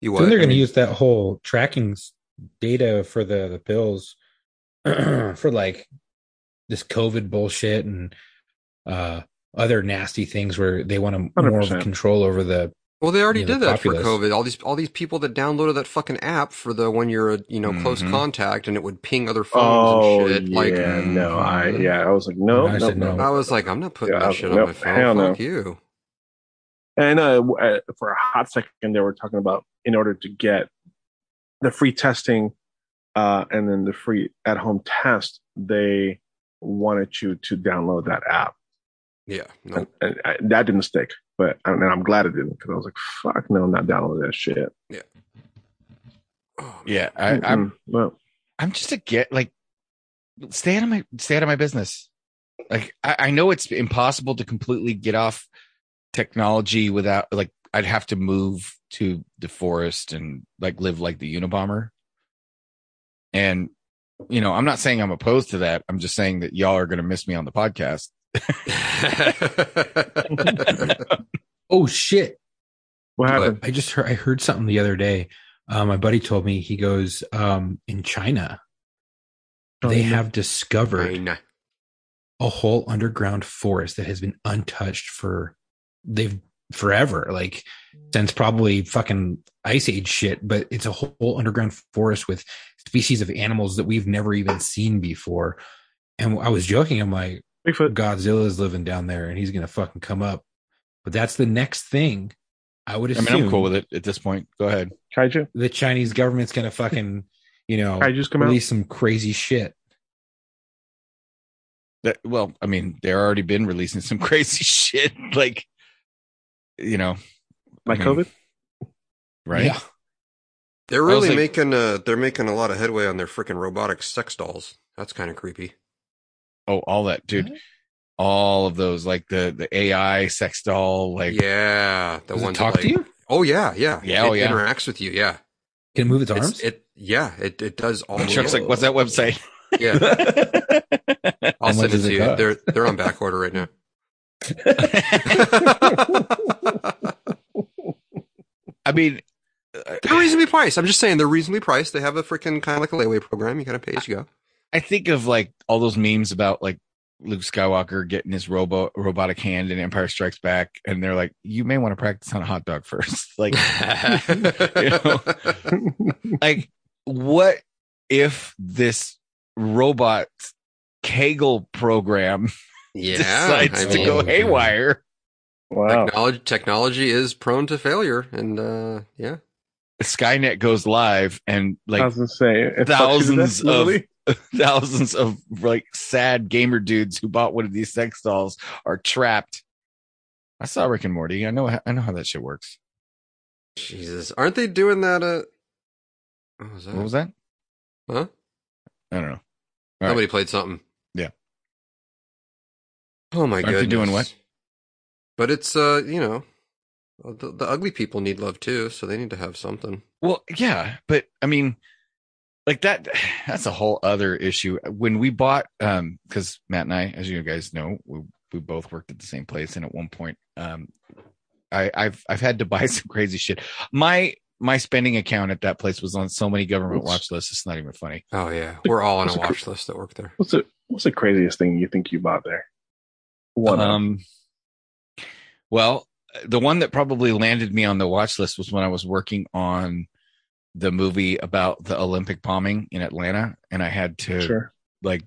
Speaker 6: you
Speaker 7: Then
Speaker 6: what?
Speaker 7: they're going to use that whole tracking s- data for the, the pills for like this COVID bullshit and uh, other nasty things where they want to more of
Speaker 8: 100%.
Speaker 7: control over the.
Speaker 6: Well, they already
Speaker 7: you know,
Speaker 6: did that for
Speaker 7: populace.
Speaker 6: COVID. All these all these people that downloaded that fucking app for the when you're a you know close
Speaker 5: Mhm.
Speaker 6: contact and it would ping other phones
Speaker 8: Mm-hmm. Oh,
Speaker 6: and shit.
Speaker 8: yeah,
Speaker 6: Like
Speaker 8: no, I yeah, I was like, no,
Speaker 7: I
Speaker 8: no,
Speaker 7: said
Speaker 8: no.
Speaker 7: no.
Speaker 6: I was like, I'm not putting
Speaker 8: Yeah,
Speaker 6: that shit on
Speaker 8: nope,
Speaker 6: my phone.
Speaker 8: hell no.
Speaker 6: Fuck you.
Speaker 8: And uh, w- uh, for a hot second, they were talking about in order to get the free testing uh, and then the free at home test, they wanted you to download that app.
Speaker 6: Yeah. No.
Speaker 8: And, and I, that didn't stick, but and I'm glad it didn't because I was like, fuck no, I'm not downloading that shit.
Speaker 6: Oh,
Speaker 5: Yeah, I, I'm
Speaker 8: Mm-mm. well,
Speaker 5: I'm just a get like stay out of my stay out of my business. Like I, I know it's impossible to completely get off technology without like I'd have to move to the forest and like live like the Unabomber. And you know, I'm not saying I'm opposed to that. I'm just saying that y'all are gonna miss me on the podcast.
Speaker 6: man.
Speaker 7: Oh shit!
Speaker 8: what happened?
Speaker 7: I just heard I heard something the other day. Uh, my buddy told me he goes um, in China. They have discovered
Speaker 6: Fine.
Speaker 7: a whole underground forest that has been untouched for they've forever, like since probably fucking ice age shit. But it's a whole underground forest with species of animals that we've never even seen before. And I was joking. I'm like,
Speaker 8: Bigfoot.
Speaker 7: Godzilla is living down there, and he's gonna fucking come up. But that's the next thing. I would
Speaker 5: I
Speaker 7: assume.
Speaker 5: mean, I'm cool with it at this point. Go ahead.
Speaker 8: Kaiju?
Speaker 7: the Chinese government's gonna fucking, you
Speaker 5: Oh,
Speaker 7: know,
Speaker 8: Kaiju's come out?
Speaker 7: release some crazy shit.
Speaker 5: That, well, I mean, they're already been releasing some crazy shit, like you know,
Speaker 8: Like
Speaker 5: I mean,
Speaker 8: COVID?
Speaker 5: right?
Speaker 7: Yeah.
Speaker 6: They're
Speaker 5: I was
Speaker 6: really
Speaker 5: like-
Speaker 6: making uh they're making a lot of headway on their freaking robotic sex dolls. That's kind of creepy.
Speaker 5: Oh, all that, dude. All of those, like the the AI sex doll, like
Speaker 6: yeah, the
Speaker 7: Does it
Speaker 6: one
Speaker 7: talk to you?
Speaker 6: Oh yeah, yeah,
Speaker 5: Yeah,
Speaker 6: It
Speaker 5: oh, yeah.
Speaker 6: interacts with you. Yeah,
Speaker 7: Can it move its
Speaker 6: It's-
Speaker 7: arms?
Speaker 6: it yeah it it does all.
Speaker 5: Chuck's
Speaker 6: yeah.
Speaker 5: like, what's that website?
Speaker 6: yeah,
Speaker 7: How
Speaker 6: I'll
Speaker 7: much
Speaker 6: send it
Speaker 7: does
Speaker 6: to
Speaker 7: it
Speaker 6: you.
Speaker 7: cost?
Speaker 6: They're they're on back order right now.
Speaker 5: I mean, uh,
Speaker 6: they're reasonably priced. I'm just saying they're reasonably priced. They have a freaking kind of like a layaway program. You kind of pay as you go.
Speaker 5: I think of like all those memes about like Luke Skywalker getting his robo robotic hand in Empire Strikes Back, and they're like, you may want to practice on a hot dog first. like, like what if this robot Kegel program
Speaker 6: yeah,
Speaker 5: decides
Speaker 6: I
Speaker 5: to
Speaker 6: mean,
Speaker 5: go haywire?
Speaker 8: Wow.
Speaker 6: Technology, technology is prone to failure, and uh, yeah,
Speaker 5: Skynet goes live, and like
Speaker 8: I was gonna say it fucks you to death,
Speaker 5: thousands of-
Speaker 8: literally.
Speaker 5: thousands of like sad gamer dudes who bought one of these sex dolls are trapped. I saw Rick and Morty. I know. I know how that shit works.
Speaker 6: Jesus, aren't they doing that? Uh, what was that?
Speaker 5: What was that?
Speaker 6: Uh-huh. Huh?
Speaker 5: I don't know. All right.
Speaker 6: Somebody played something.
Speaker 5: Yeah.
Speaker 6: Oh my
Speaker 5: Aren't they
Speaker 6: goodness.
Speaker 5: doing what?
Speaker 6: But it's uh, you know, the, the ugly people need love too, so they need to have something.
Speaker 5: Well, yeah, but I mean, like that. That's a whole other issue. When we bought, um, because Matt and I, as you guys know, we we both worked at the same place, and at one point, um, I, I've I've had to buy some crazy shit. My my spending account at that place was on so many government watch lists. It's not even funny.
Speaker 6: Oh yeah, we're all on a watch list that work there.
Speaker 8: What's the what's the craziest thing you think you bought there?
Speaker 6: Oh,
Speaker 8: One of.
Speaker 5: Um, well, the one that probably landed me on the watch list was when I was working on the movie about the Olympic bombing in Atlanta, and I had to
Speaker 8: Sure.
Speaker 5: like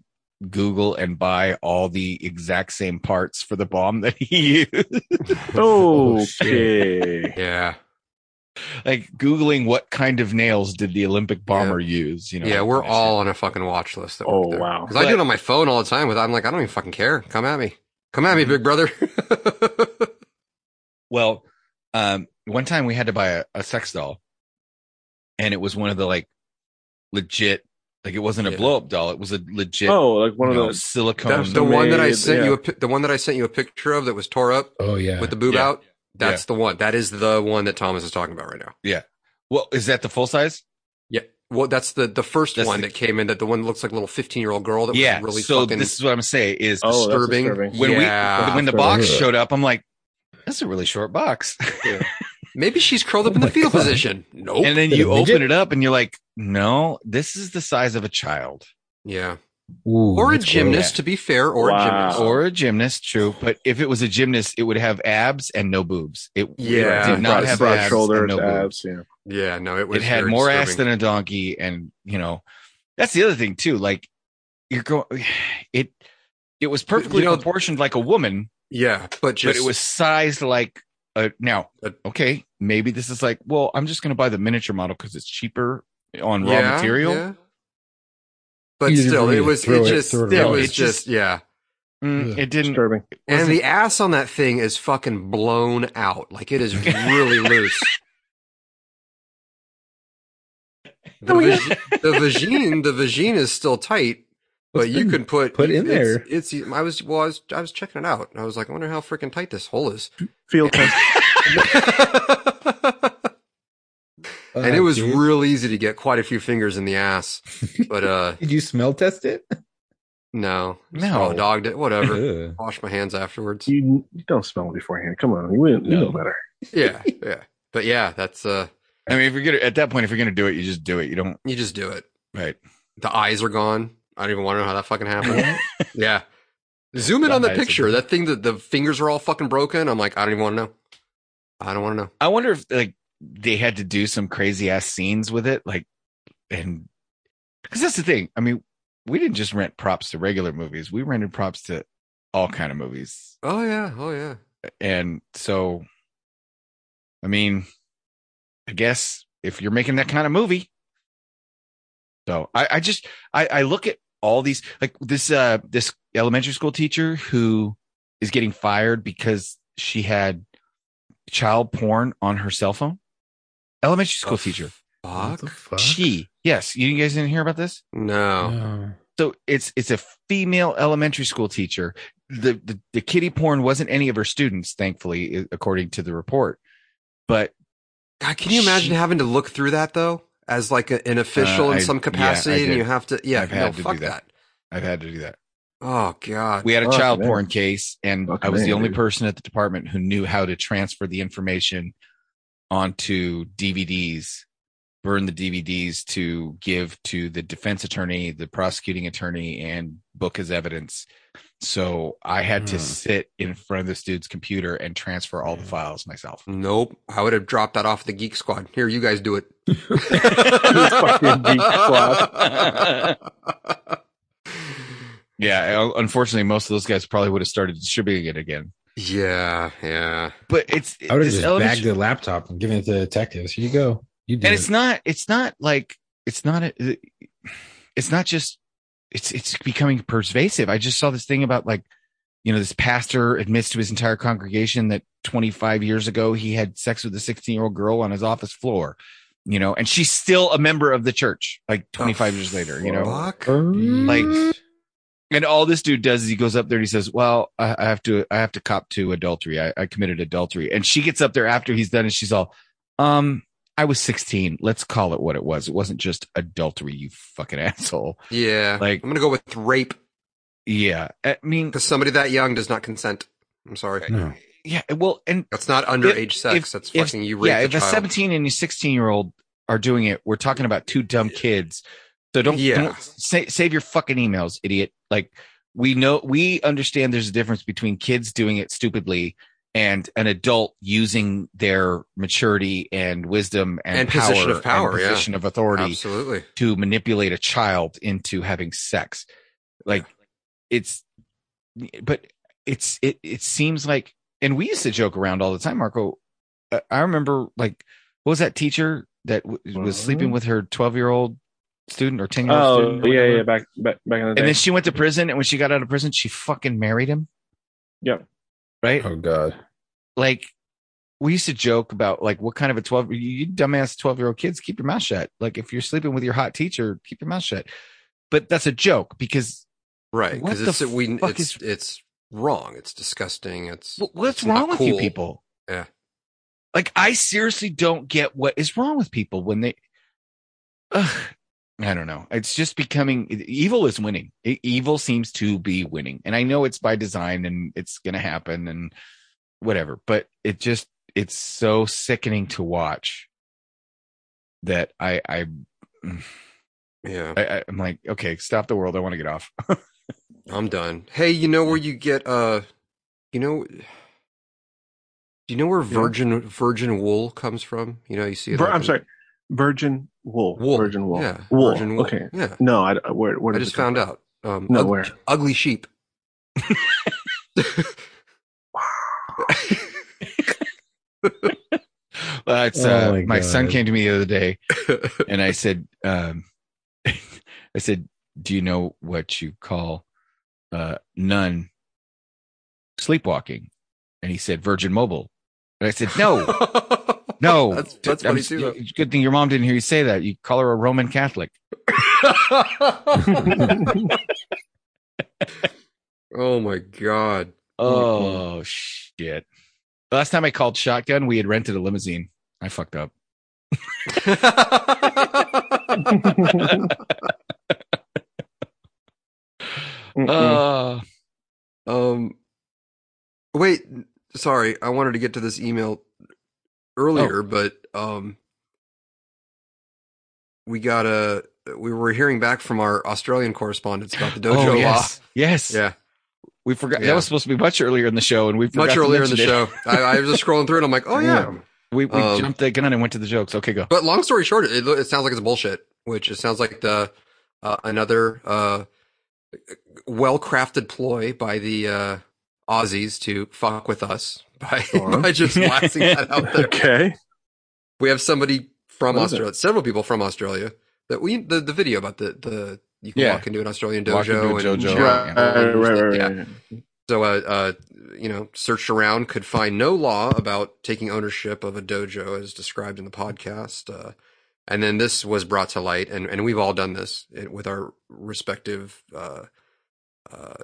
Speaker 5: Google and buy all the exact same parts for the bomb that he used.
Speaker 7: Oh,
Speaker 8: Okay.
Speaker 6: Yeah.
Speaker 5: like Googling what kind of nails did the Olympic bomber use? You know?
Speaker 6: yeah, we're all on a fucking watch list. that
Speaker 8: Oh,
Speaker 6: work there.
Speaker 8: wow.
Speaker 6: 'Cause I do it
Speaker 5: But-
Speaker 6: on my phone all the time. With I'm like, I don't even fucking care. Come at me. Come at me,
Speaker 5: Mm-hmm.
Speaker 6: big brother.
Speaker 5: Well, um, one time we had to buy a, a sex doll, and it was one of the like legit, like it wasn't a
Speaker 6: Yeah.
Speaker 5: blow up doll. It was a legit,
Speaker 8: oh, like one
Speaker 5: you
Speaker 8: of
Speaker 5: know,
Speaker 8: those.
Speaker 5: silicone.
Speaker 8: That's
Speaker 6: the one that I
Speaker 8: Made,
Speaker 6: sent
Speaker 8: yeah.
Speaker 6: you, a, pi- the one that I sent you a picture of that was tore up
Speaker 7: Oh yeah.
Speaker 6: with the boob
Speaker 5: Yeah.
Speaker 6: out. That's the one. That is the one that Thomas is talking about right now.
Speaker 5: well, is that the full size?
Speaker 6: Yeah. Well, that's the the first
Speaker 5: That's
Speaker 6: one
Speaker 5: the-
Speaker 6: that came in. That the one that looks like a little fifteen year old girl. That
Speaker 5: yeah.
Speaker 6: was really
Speaker 5: so
Speaker 6: fucking
Speaker 5: this is what I'm saying is
Speaker 8: Oh, that's
Speaker 6: disturbing.
Speaker 8: disturbing.
Speaker 5: when
Speaker 6: yeah.
Speaker 5: we when the
Speaker 8: After-
Speaker 5: box showed up, I'm like, that's a really short box.
Speaker 6: Maybe she's curled up
Speaker 7: Oh
Speaker 6: in the
Speaker 7: my
Speaker 6: fetal
Speaker 7: God.
Speaker 6: position. Nope.
Speaker 5: and then
Speaker 7: Did
Speaker 5: you
Speaker 7: it midget?
Speaker 5: open it up and you're like, no, this is the size of a child
Speaker 6: yeah.
Speaker 7: Ooh,
Speaker 6: Or a
Speaker 7: that's gross.
Speaker 6: gymnast, to be fair, or
Speaker 8: Wow.
Speaker 6: a gymnast.
Speaker 5: or a gymnast. True, but if it was a gymnast, it would have abs and no boobs. It
Speaker 6: Yeah.
Speaker 5: did not
Speaker 8: broad,
Speaker 5: have
Speaker 8: broad
Speaker 5: abs
Speaker 8: shoulders,
Speaker 5: and no boobs.
Speaker 8: abs. Yeah.
Speaker 6: yeah. No, it was.
Speaker 5: it had
Speaker 6: very
Speaker 5: more ass
Speaker 6: disturbing.
Speaker 5: than a donkey and you know that's the other thing too like you're going it it was perfectly
Speaker 6: know-
Speaker 5: proportioned like a woman
Speaker 6: Yeah, but just
Speaker 5: but it was sized like a now
Speaker 6: But-
Speaker 5: okay maybe this is like well i'm just going to buy the miniature model because it's cheaper on raw
Speaker 6: Yeah,
Speaker 5: material
Speaker 6: yeah. But
Speaker 7: You didn't
Speaker 6: still,
Speaker 7: really
Speaker 6: it was
Speaker 7: throw
Speaker 6: it
Speaker 7: it-
Speaker 6: just
Speaker 7: throw
Speaker 6: it,
Speaker 7: it away.
Speaker 6: was
Speaker 5: It
Speaker 6: just
Speaker 5: just-
Speaker 6: yeah.
Speaker 5: Mm,
Speaker 7: Ugh.
Speaker 5: it didn't
Speaker 8: Disturbing.
Speaker 6: And
Speaker 5: wasn't-
Speaker 6: the ass on that thing is fucking blown out. Like it is really loose. The, vag- the vagine, the vagine is still tight, but
Speaker 7: It's
Speaker 6: you
Speaker 7: been
Speaker 6: can put
Speaker 7: put in
Speaker 6: it's-
Speaker 7: there.
Speaker 6: It's, e, I was well, I was I was checking it out, and I was like, I wonder how freaking tight this hole is.
Speaker 8: Field test.
Speaker 7: Uh,
Speaker 6: and it was
Speaker 7: dude.
Speaker 6: real easy to get quite a few fingers in the ass, but uh,
Speaker 7: Did you smell test it?
Speaker 6: no, Just
Speaker 5: No.
Speaker 6: raw dogged it, whatever.
Speaker 7: Ugh.
Speaker 6: Wash my hands afterwards.
Speaker 8: You, you don't smell it beforehand. Come on, you wouldn't you know
Speaker 5: No.
Speaker 8: better.
Speaker 6: Yeah, yeah, but yeah, that's uh,
Speaker 5: i mean if you're gonna at that point if you're gonna do it you just do it you don't
Speaker 6: you just do it.
Speaker 5: right
Speaker 6: The eyes are gone. I don't even want to know how that fucking happened. yeah, zoom in on the
Speaker 5: eyes are
Speaker 6: picture. That thing that the fingers are all fucking broken. I'm like, I don't even want to know. I don't want to know.
Speaker 5: i wonder if like they had to do some crazy ass scenes with it like and because that's the thing i mean we didn't just rent props to regular movies we rented props to all kind of movies
Speaker 6: Oh yeah, oh yeah.
Speaker 5: and so i mean i guess if you're making that kind of movie so i, I just I, I look at all these like this uh this elementary school teacher who is getting fired because she had child porn on her cell phone elementary school
Speaker 6: The
Speaker 5: teacher
Speaker 7: What
Speaker 6: Fuck.
Speaker 7: the fuck?
Speaker 5: she yes you guys didn't hear about this
Speaker 6: No.
Speaker 7: No.
Speaker 5: so it's it's a female elementary school teacher the, the the kitty porn wasn't any of her students thankfully i- according to the report but
Speaker 6: God, can you imagine
Speaker 5: She-
Speaker 6: having to look through that though, as like a, an official
Speaker 5: Uh,
Speaker 6: in
Speaker 5: I-
Speaker 6: some
Speaker 5: yeah, I
Speaker 6: capacity, and
Speaker 5: did.
Speaker 6: you have to, yeah,
Speaker 5: I've
Speaker 6: no,
Speaker 5: had to do
Speaker 6: fuck that.
Speaker 5: that. i've had to do that
Speaker 6: Oh god.
Speaker 5: we had a
Speaker 8: Fuck,
Speaker 5: child
Speaker 8: man.
Speaker 5: porn case and
Speaker 8: Fuck,
Speaker 5: i was
Speaker 8: man,
Speaker 5: the only
Speaker 8: dude.
Speaker 5: person at the department who knew how to transfer the information onto dvds burn the dvds to give to the defense attorney the prosecuting attorney and book as evidence so i had to
Speaker 6: Hmm.
Speaker 5: sit in front of this dude's computer and transfer all the files myself
Speaker 6: Nope. I would have dropped that off the Geek Squad. Here, you guys do it.
Speaker 8: fucking Geek
Speaker 5: Squad. Yeah, un- unfortunately, most of those guys probably would have started distributing it again.
Speaker 6: yeah, yeah.
Speaker 5: But it's
Speaker 7: I would have
Speaker 5: this
Speaker 7: just
Speaker 5: elementary-
Speaker 7: bagged the laptop and given it to the detectives. Here you go. You did.
Speaker 5: and
Speaker 7: it.
Speaker 5: it's not. It's not like it's not. A, it's not just. It's it's becoming pervasive. I just saw this thing about like, you know, this pastor admits to his entire congregation that 25 years ago he had sex with a 16 year old girl on his office floor, you know, and she's still a member of the church like 25 years later, you know.
Speaker 6: Fuck.
Speaker 5: Like- and all this dude does is he goes up there and he says, "Well, I, I have to, I have to cop to adultery. I, I committed adultery." And she gets up there after he's done, and she's all, "Um, I was 16. Let's call it what it was. It wasn't just adultery, you fucking asshole."
Speaker 6: Yeah.
Speaker 5: Like-
Speaker 6: I'm gonna go with rape
Speaker 5: Yeah, I mean,
Speaker 6: because somebody that young does not consent. I'm sorry.
Speaker 7: no.
Speaker 5: yeah. Well, and
Speaker 6: That's not underage
Speaker 5: If-
Speaker 6: sex.
Speaker 5: if-
Speaker 6: That's
Speaker 5: if-
Speaker 6: fucking you rape
Speaker 5: yeah,
Speaker 6: a
Speaker 5: if a
Speaker 6: child.
Speaker 5: 17 and a 16 year old are doing it, we're talking about two dumb kids. So don't,
Speaker 6: Yeah.
Speaker 5: don't sa- save your fucking emails, idiot. Like we know, we understand there's a difference between kids doing it stupidly and an adult using their maturity and wisdom and,
Speaker 6: And
Speaker 5: power
Speaker 6: position of power,
Speaker 5: and
Speaker 6: yeah.
Speaker 5: position of authority
Speaker 6: Absolutely.
Speaker 5: to manipulate a child into having sex like it's but it's it it seems like and we used to joke around all the time marco I- i remember like what was that teacher that w- was sleeping with her 12 year old student or 10 year old
Speaker 8: Mm-hmm. Oh
Speaker 5: student or
Speaker 8: yeah,
Speaker 5: whatever?
Speaker 8: yeah, back back back in the day.
Speaker 5: and then she went to prison and when she got out of prison she fucking married him
Speaker 8: Yep.
Speaker 5: right
Speaker 10: Oh God.
Speaker 5: like we used to joke about like what kind of a 12 you you dumbass 12 year old kids keep your mouth shut like if you're sleeping with your hot teacher keep your mouth shut but that's a joke because
Speaker 6: Right.
Speaker 5: What
Speaker 6: Because
Speaker 5: the
Speaker 6: it's we
Speaker 5: fuck
Speaker 6: it's
Speaker 5: is-
Speaker 6: it's wrong. It's disgusting. It's
Speaker 5: wh- what's
Speaker 6: it's not
Speaker 5: wrong with you
Speaker 6: cool.
Speaker 5: people
Speaker 6: Yeah.
Speaker 5: like i seriously don't get what is wrong with people when they Ugh, i don't know it's just becoming evil is winning E- evil seems to be winning and i know it's by design and it's gonna happen and whatever but it just it's so sickening to watch that i i
Speaker 6: Yeah.
Speaker 5: I, I- I'm like, okay, stop the world. I want to get off.
Speaker 6: I'm done. Hey, you know where you get uh you know do you know where virgin virgin wool comes from? You know, you see it.
Speaker 8: Vir-
Speaker 6: like
Speaker 8: I'm
Speaker 6: in-
Speaker 8: sorry, virgin wool,
Speaker 6: Wool.
Speaker 8: virgin wool,
Speaker 6: Yeah.
Speaker 8: wool.
Speaker 6: Virgin wool.
Speaker 8: Okay,
Speaker 6: Yeah.
Speaker 8: no, I don't- where, where
Speaker 6: I
Speaker 8: does
Speaker 6: just
Speaker 8: it come
Speaker 6: found out. Um
Speaker 8: No,
Speaker 6: ug-
Speaker 8: where?
Speaker 6: ugly sheep.
Speaker 5: That's uh,
Speaker 7: Oh my
Speaker 5: my, son
Speaker 7: God.
Speaker 5: came to me the other day and I said, um, I said, do you know what you call uh, nun sleepwalking? And he said, Virgin Mobile. And I said, no, no.
Speaker 6: That's that's
Speaker 5: I'm-
Speaker 6: funny too. though.
Speaker 5: it's a Good thing your mom didn't hear you say that. You call her a Roman Catholic.
Speaker 6: oh my god.
Speaker 5: Oh, shit. Last time I called Shotgun, we had rented a limousine. I fucked up.
Speaker 8: out.
Speaker 6: Mm-hmm.
Speaker 8: Mm-mm.
Speaker 5: Uh,
Speaker 6: um wait, sorry. I wanted to get to this email
Speaker 5: Oh.
Speaker 6: earlier, but um we got a we were hearing back from our Australian correspondents about the dojo
Speaker 5: oh,
Speaker 6: law.
Speaker 5: yes. Yes.
Speaker 6: Yeah.
Speaker 5: We forgot
Speaker 6: Yeah.
Speaker 5: that was supposed to be much earlier in the show, and we forgot
Speaker 6: Much
Speaker 5: to
Speaker 6: earlier in the
Speaker 5: mention it.
Speaker 6: show. I, I was just scrolling through and I'm like, oh yeah.
Speaker 5: We, we
Speaker 6: Um,
Speaker 5: jumped the gun and went to the jokes. Okay, go.
Speaker 6: But long story short, it, it sounds like it's bullshit. Which it sounds like the uh, another uh, well-crafted ploy by the uh, Aussies to fuck with us by,
Speaker 8: on.
Speaker 6: by just blasting that out there.
Speaker 8: okay,
Speaker 6: We have somebody from
Speaker 8: What is
Speaker 6: Australia, several people from Australia that we the, the video about the the you can
Speaker 5: Yeah.
Speaker 6: walk into an Australian
Speaker 5: Walk into a
Speaker 6: dojo and
Speaker 5: dojo.
Speaker 6: Yeah.
Speaker 8: right, right, right, right,
Speaker 6: Yeah.
Speaker 8: right.
Speaker 6: So, uh, uh, you know, searched around, could find no law about taking ownership of a dojo as described in the podcast. Uh, and then this was brought to light, and, and we've all done this in- with our respective uh, uh,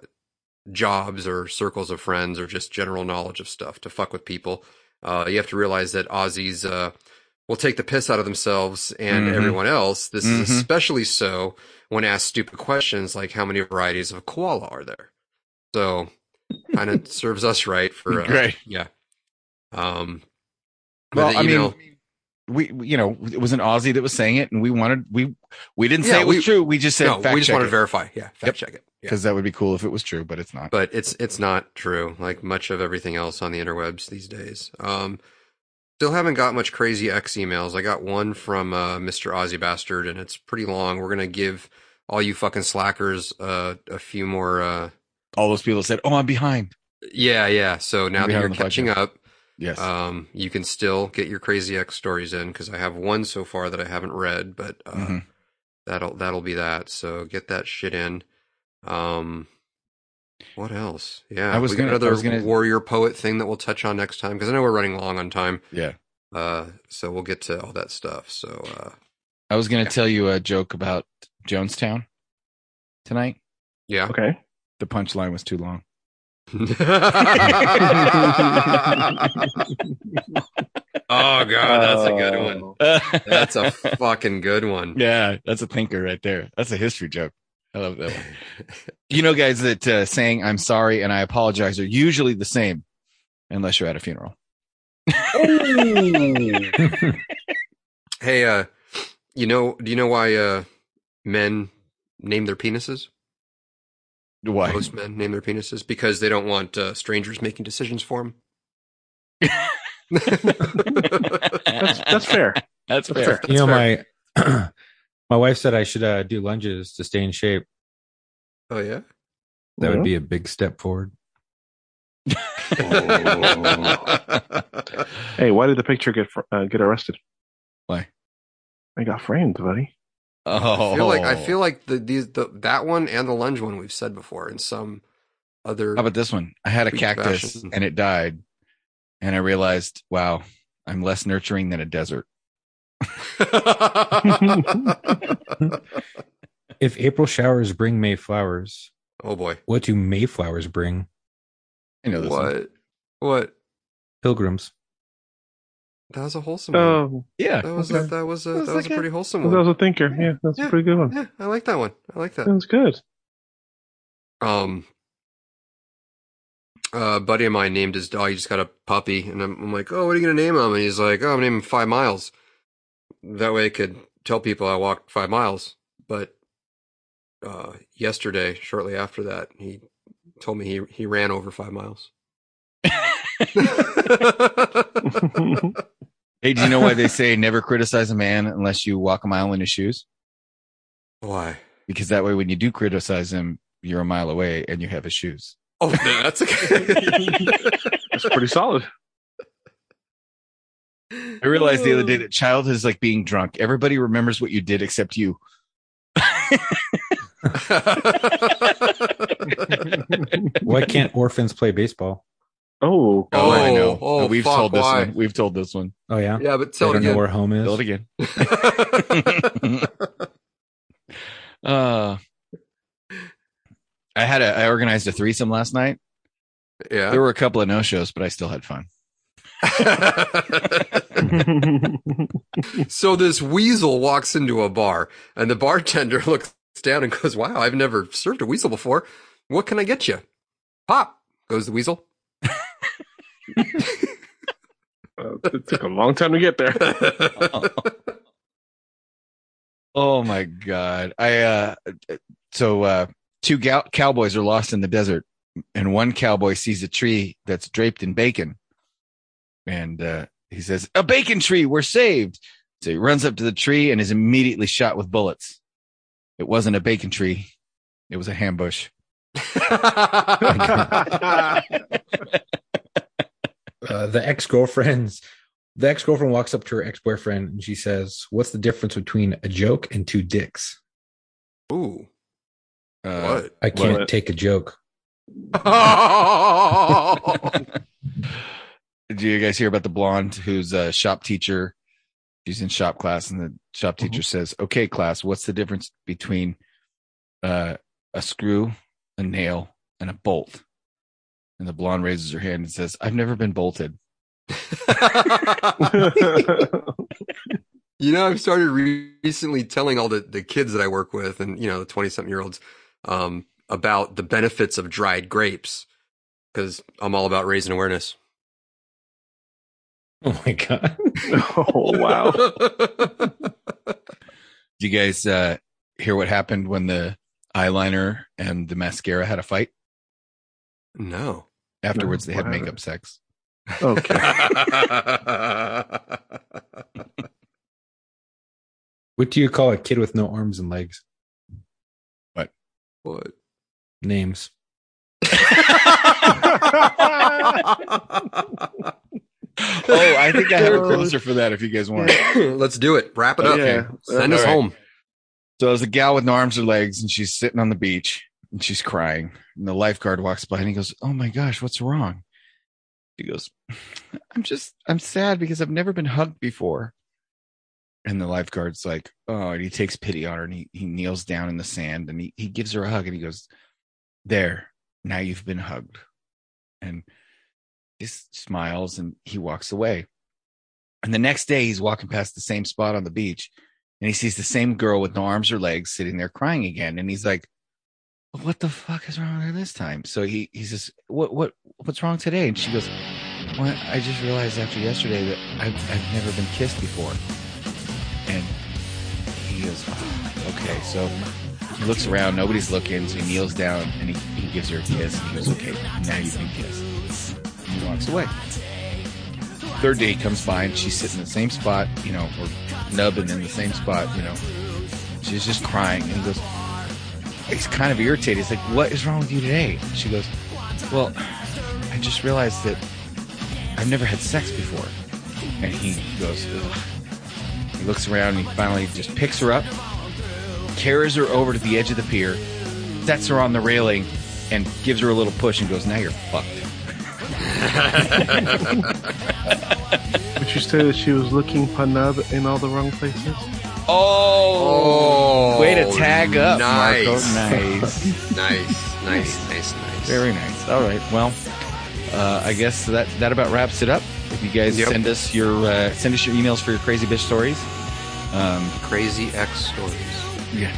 Speaker 6: jobs or circles of friends or just general knowledge of stuff to fuck with people. Uh, you have to realize that Aussies uh, will take the piss out of themselves and
Speaker 5: Mhm.
Speaker 6: everyone else. This is
Speaker 5: Mhm.
Speaker 6: especially so when asked stupid questions like how many varieties of koala are there. So, kind of serves us right for uh,
Speaker 5: Great.
Speaker 6: yeah. Um, but
Speaker 5: Well,
Speaker 6: the
Speaker 5: I mean,
Speaker 6: email-
Speaker 5: we we- you know it was an Aussie that was saying it, and we wanted we we didn't say
Speaker 6: Yeah,
Speaker 5: it was
Speaker 6: we-
Speaker 5: true. We just said
Speaker 6: no,
Speaker 5: fact
Speaker 6: we just
Speaker 5: check
Speaker 6: want to
Speaker 5: it
Speaker 6: verify. Yeah, fact
Speaker 5: Yep.
Speaker 6: check it. Yeah.
Speaker 5: because that would be cool if it was true, but it's not.
Speaker 6: but it's it's not true like much of everything else on the interwebs these days um still haven't got much crazy x emails i got one from uh mr ozzy bastard and it's pretty long we're gonna give all you fucking slackers uh a few more uh
Speaker 5: All those people said, "Oh, I'm behind."
Speaker 6: yeah yeah so now
Speaker 5: We
Speaker 6: that
Speaker 5: have
Speaker 6: you're
Speaker 5: the
Speaker 6: catching
Speaker 5: podcast.
Speaker 6: up
Speaker 5: Yes.
Speaker 6: um you can still get your crazy x stories in because i have one so far that i haven't read but uh
Speaker 5: Mhm.
Speaker 6: that'll that'll be that so get that shit in um what else yeah
Speaker 5: I was
Speaker 6: we got
Speaker 5: gonna- I
Speaker 6: another
Speaker 5: was gonna-
Speaker 6: warrior poet thing that we'll touch on next time because i know we're running long on time
Speaker 5: Yeah.
Speaker 6: uh so we'll get to all that stuff so uh
Speaker 5: I was going to tell you a joke about Jonestown tonight.
Speaker 6: yeah
Speaker 8: Okay,
Speaker 5: The punchline was too long.
Speaker 6: oh god that's a good
Speaker 8: Uh,
Speaker 5: Oh.
Speaker 6: one that's
Speaker 5: that's
Speaker 6: a fucking good one
Speaker 5: yeah, that's a thinker right there. That's a history joke. I love that one. you know, guys, that uh, saying "I'm sorry" and "I apologize" are usually the same, unless you're at a funeral.
Speaker 6: hey uh you know do you know why uh men name their penises
Speaker 5: Why?
Speaker 6: most men name their penises because they don't want uh, strangers making decisions for them
Speaker 8: That's that's fair.
Speaker 5: That's
Speaker 8: That's
Speaker 5: fair.
Speaker 8: fair.
Speaker 7: you know my my wife said I should uh, do lunges to stay in shape.
Speaker 6: oh yeah.
Speaker 7: That would be a big step forward.
Speaker 5: Oh.
Speaker 8: Hey, why did the picture get fr- uh, get arrested?
Speaker 5: Why?
Speaker 8: I got framed, buddy.
Speaker 5: Oh,
Speaker 6: I feel like I feel like the these the that one and the lunge one we've said before in some other
Speaker 5: How about this one? I had a
Speaker 6: Sweet
Speaker 5: cactus
Speaker 6: fashion.
Speaker 5: and it died, and I realized, wow, I'm less nurturing than a desert.
Speaker 7: If April showers bring May flowers,
Speaker 6: Oh boy.
Speaker 7: what do May flowers bring?
Speaker 5: I know this. One.
Speaker 6: What? What?
Speaker 7: Pilgrims.
Speaker 6: That was a wholesome one.
Speaker 8: Oh,
Speaker 5: Yeah,
Speaker 6: That was a,
Speaker 8: okay.
Speaker 6: that was a that
Speaker 8: That was
Speaker 6: was a
Speaker 8: like a-
Speaker 6: pretty wholesome
Speaker 8: Oh, that was
Speaker 6: one.
Speaker 8: a thinker. Yeah, that's
Speaker 6: Yeah.
Speaker 8: a pretty good one.
Speaker 6: Yeah, I like that one. I like that.
Speaker 8: That was good.
Speaker 6: um a buddy of mine named his dog he just got a puppy and I'm, I'm like oh what are you gonna name him and he's like oh i'm naming him five miles that way i could tell people i walked five miles but uh yesterday shortly after that he told me he he ran over five miles
Speaker 5: Hey, do you know why they say never criticize a man unless you walk a mile in his shoes?
Speaker 6: why
Speaker 5: Because that way, when you do criticize him, you're a mile away and you have his shoes.
Speaker 6: oh no, that's okay
Speaker 8: That's pretty solid.
Speaker 5: I realized the other day that childhood is like being drunk. Everybody remembers what you did except you.
Speaker 7: Why can't orphans play baseball?
Speaker 8: Oh,
Speaker 6: Oh,
Speaker 5: I know.
Speaker 6: oh,
Speaker 5: We've
Speaker 6: fuck,
Speaker 5: told this
Speaker 6: why?
Speaker 5: one. We've told this one.
Speaker 7: Oh yeah,
Speaker 6: yeah but
Speaker 7: they
Speaker 6: tell
Speaker 7: don't
Speaker 6: it
Speaker 7: know
Speaker 6: again
Speaker 7: where home
Speaker 5: Tell it
Speaker 7: is.
Speaker 5: again. Uh, I had a. I organized a threesome last night.
Speaker 6: yeah
Speaker 5: There were a couple of no shows, but I still had fun.
Speaker 6: so this weasel walks into a bar and the bartender looks down and goes, Wow, I've never served a weasel before. What can I get you? Pop goes the weasel.
Speaker 8: Uh, it took a long time to get there.
Speaker 5: Oh my god! I uh, so uh, two gow- cowboys are lost in the desert, and one cowboy sees a tree that's draped in bacon, and uh, he says, "A bacon tree, we're saved." So he runs up to the tree and is immediately shot with bullets. It wasn't a bacon tree; it was a ambush.
Speaker 7: Uh, the ex girlfriend's the ex girlfriend walks up to her ex boyfriend and she says, "What's the difference between a joke and two dicks?
Speaker 6: Ooh,
Speaker 5: Uh,
Speaker 6: what?
Speaker 7: I can't
Speaker 8: What?
Speaker 7: take a joke."
Speaker 5: do you guys hear about the blonde who's a shop teacher? She's in shop class, and the shop
Speaker 8: Mm-hmm.
Speaker 5: teacher says, "Okay, class, what's the difference between uh, a screw, a nail, and a bolt?" And the blonde raises her hand and says, "I've never been bolted."
Speaker 6: You know, I've started re- recently telling all the, the kids that I work with and, you know, the 20 something year olds, um, about the benefits of dried grapes because I'm all about raising awareness.
Speaker 7: Oh my god!
Speaker 8: oh wow!
Speaker 5: Do you guys uh, hear what happened when the eyeliner and the mascara had a fight?
Speaker 6: no.
Speaker 5: Afterwards, they had
Speaker 8: what happened?
Speaker 5: makeup sex.
Speaker 8: Okay.
Speaker 7: What do you call a kid with no arms and legs?
Speaker 6: what?
Speaker 7: Names.
Speaker 5: Oh, I think I have a
Speaker 8: Oh.
Speaker 5: closer for that if you guys want.
Speaker 6: Let's do it. Wrap it up.
Speaker 8: Yeah.
Speaker 6: Send us
Speaker 5: All right.
Speaker 6: home.
Speaker 5: So there's a gal with no arms or legs, and she's sitting on the beach and she's crying. And the lifeguard walks by and he goes, Oh my gosh, what's wrong? She goes, I'm just, I'm sad because I've never been hugged before. And the lifeguard's like, Oh, and he takes pity on her and he, he kneels down in the sand and he, he gives her a hug and he goes, There, now you've been hugged. And he smiles and he walks away. And the next day he's walking past the same spot on the beach and he sees the same girl with no arms or legs sitting there crying again and he's like what the fuck is wrong with her this time so he he says what what what's wrong today and she goes well, i just realized after yesterday that I've, I've never been kissed before and he goes "Oh, okay so he looks around nobody's looking so he kneels down and he, he gives her a kiss and he goes okay now you've been kissed and he walks away Third day he comes by and she's sitting in the same spot, you know, or nubbing in the same spot, you know. She's just crying and he goes, he's kind of irritated. He's like, what is wrong with you today? She goes, well, I just realized that I've never had sex before. And he goes, Ugh. he looks around and he finally just picks her up, carries her over to the edge of the pier, sets her on the railing, and gives her a little push and goes, now you're fucked.
Speaker 8: Would you say that she was looking panub in all the wrong places?
Speaker 5: Oh,
Speaker 6: Oh,
Speaker 5: way to tag up,
Speaker 6: nice.
Speaker 5: Marco. Nice,
Speaker 6: Nice, nice, nice, nice.
Speaker 5: very nice. All right, well, uh, I guess that that about wraps it up. If you guys
Speaker 6: Yep.
Speaker 5: send us your uh, send us your emails for your crazy bitch stories, um,
Speaker 6: Crazy X stories.
Speaker 5: yeah,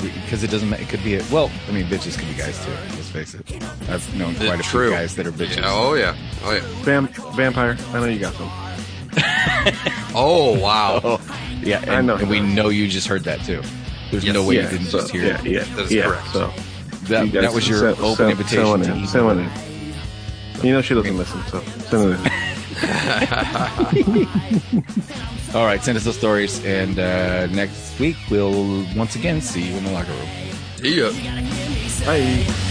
Speaker 5: because it doesn't. ma- It could be a well. I mean, bitches could be guys too. Let's face it. I've known quite a
Speaker 6: True.
Speaker 5: few guys that are bitches.
Speaker 6: Yeah, oh yeah, oh yeah.
Speaker 8: Vamp, vampire. I know you got them.
Speaker 6: Oh wow.
Speaker 5: yeah, and,
Speaker 8: I know.
Speaker 5: And we know you just heard that too. There's
Speaker 6: Yes.
Speaker 5: no way
Speaker 8: Yeah,
Speaker 5: you didn't
Speaker 8: so-
Speaker 5: just hear
Speaker 8: yeah, yeah,
Speaker 6: That is
Speaker 8: yeah,
Speaker 6: correct.
Speaker 8: So
Speaker 5: that.
Speaker 8: you guys
Speaker 5: That was your
Speaker 8: sell-
Speaker 5: open
Speaker 8: sell-
Speaker 5: invitation
Speaker 8: selling
Speaker 5: to
Speaker 8: it,
Speaker 5: eat.
Speaker 8: selling it. You know she doesn't listen, so send it. in.
Speaker 5: All right, send us those stories, and uh, next week we'll once again see you in the locker room.
Speaker 6: Yeah.
Speaker 8: Bye.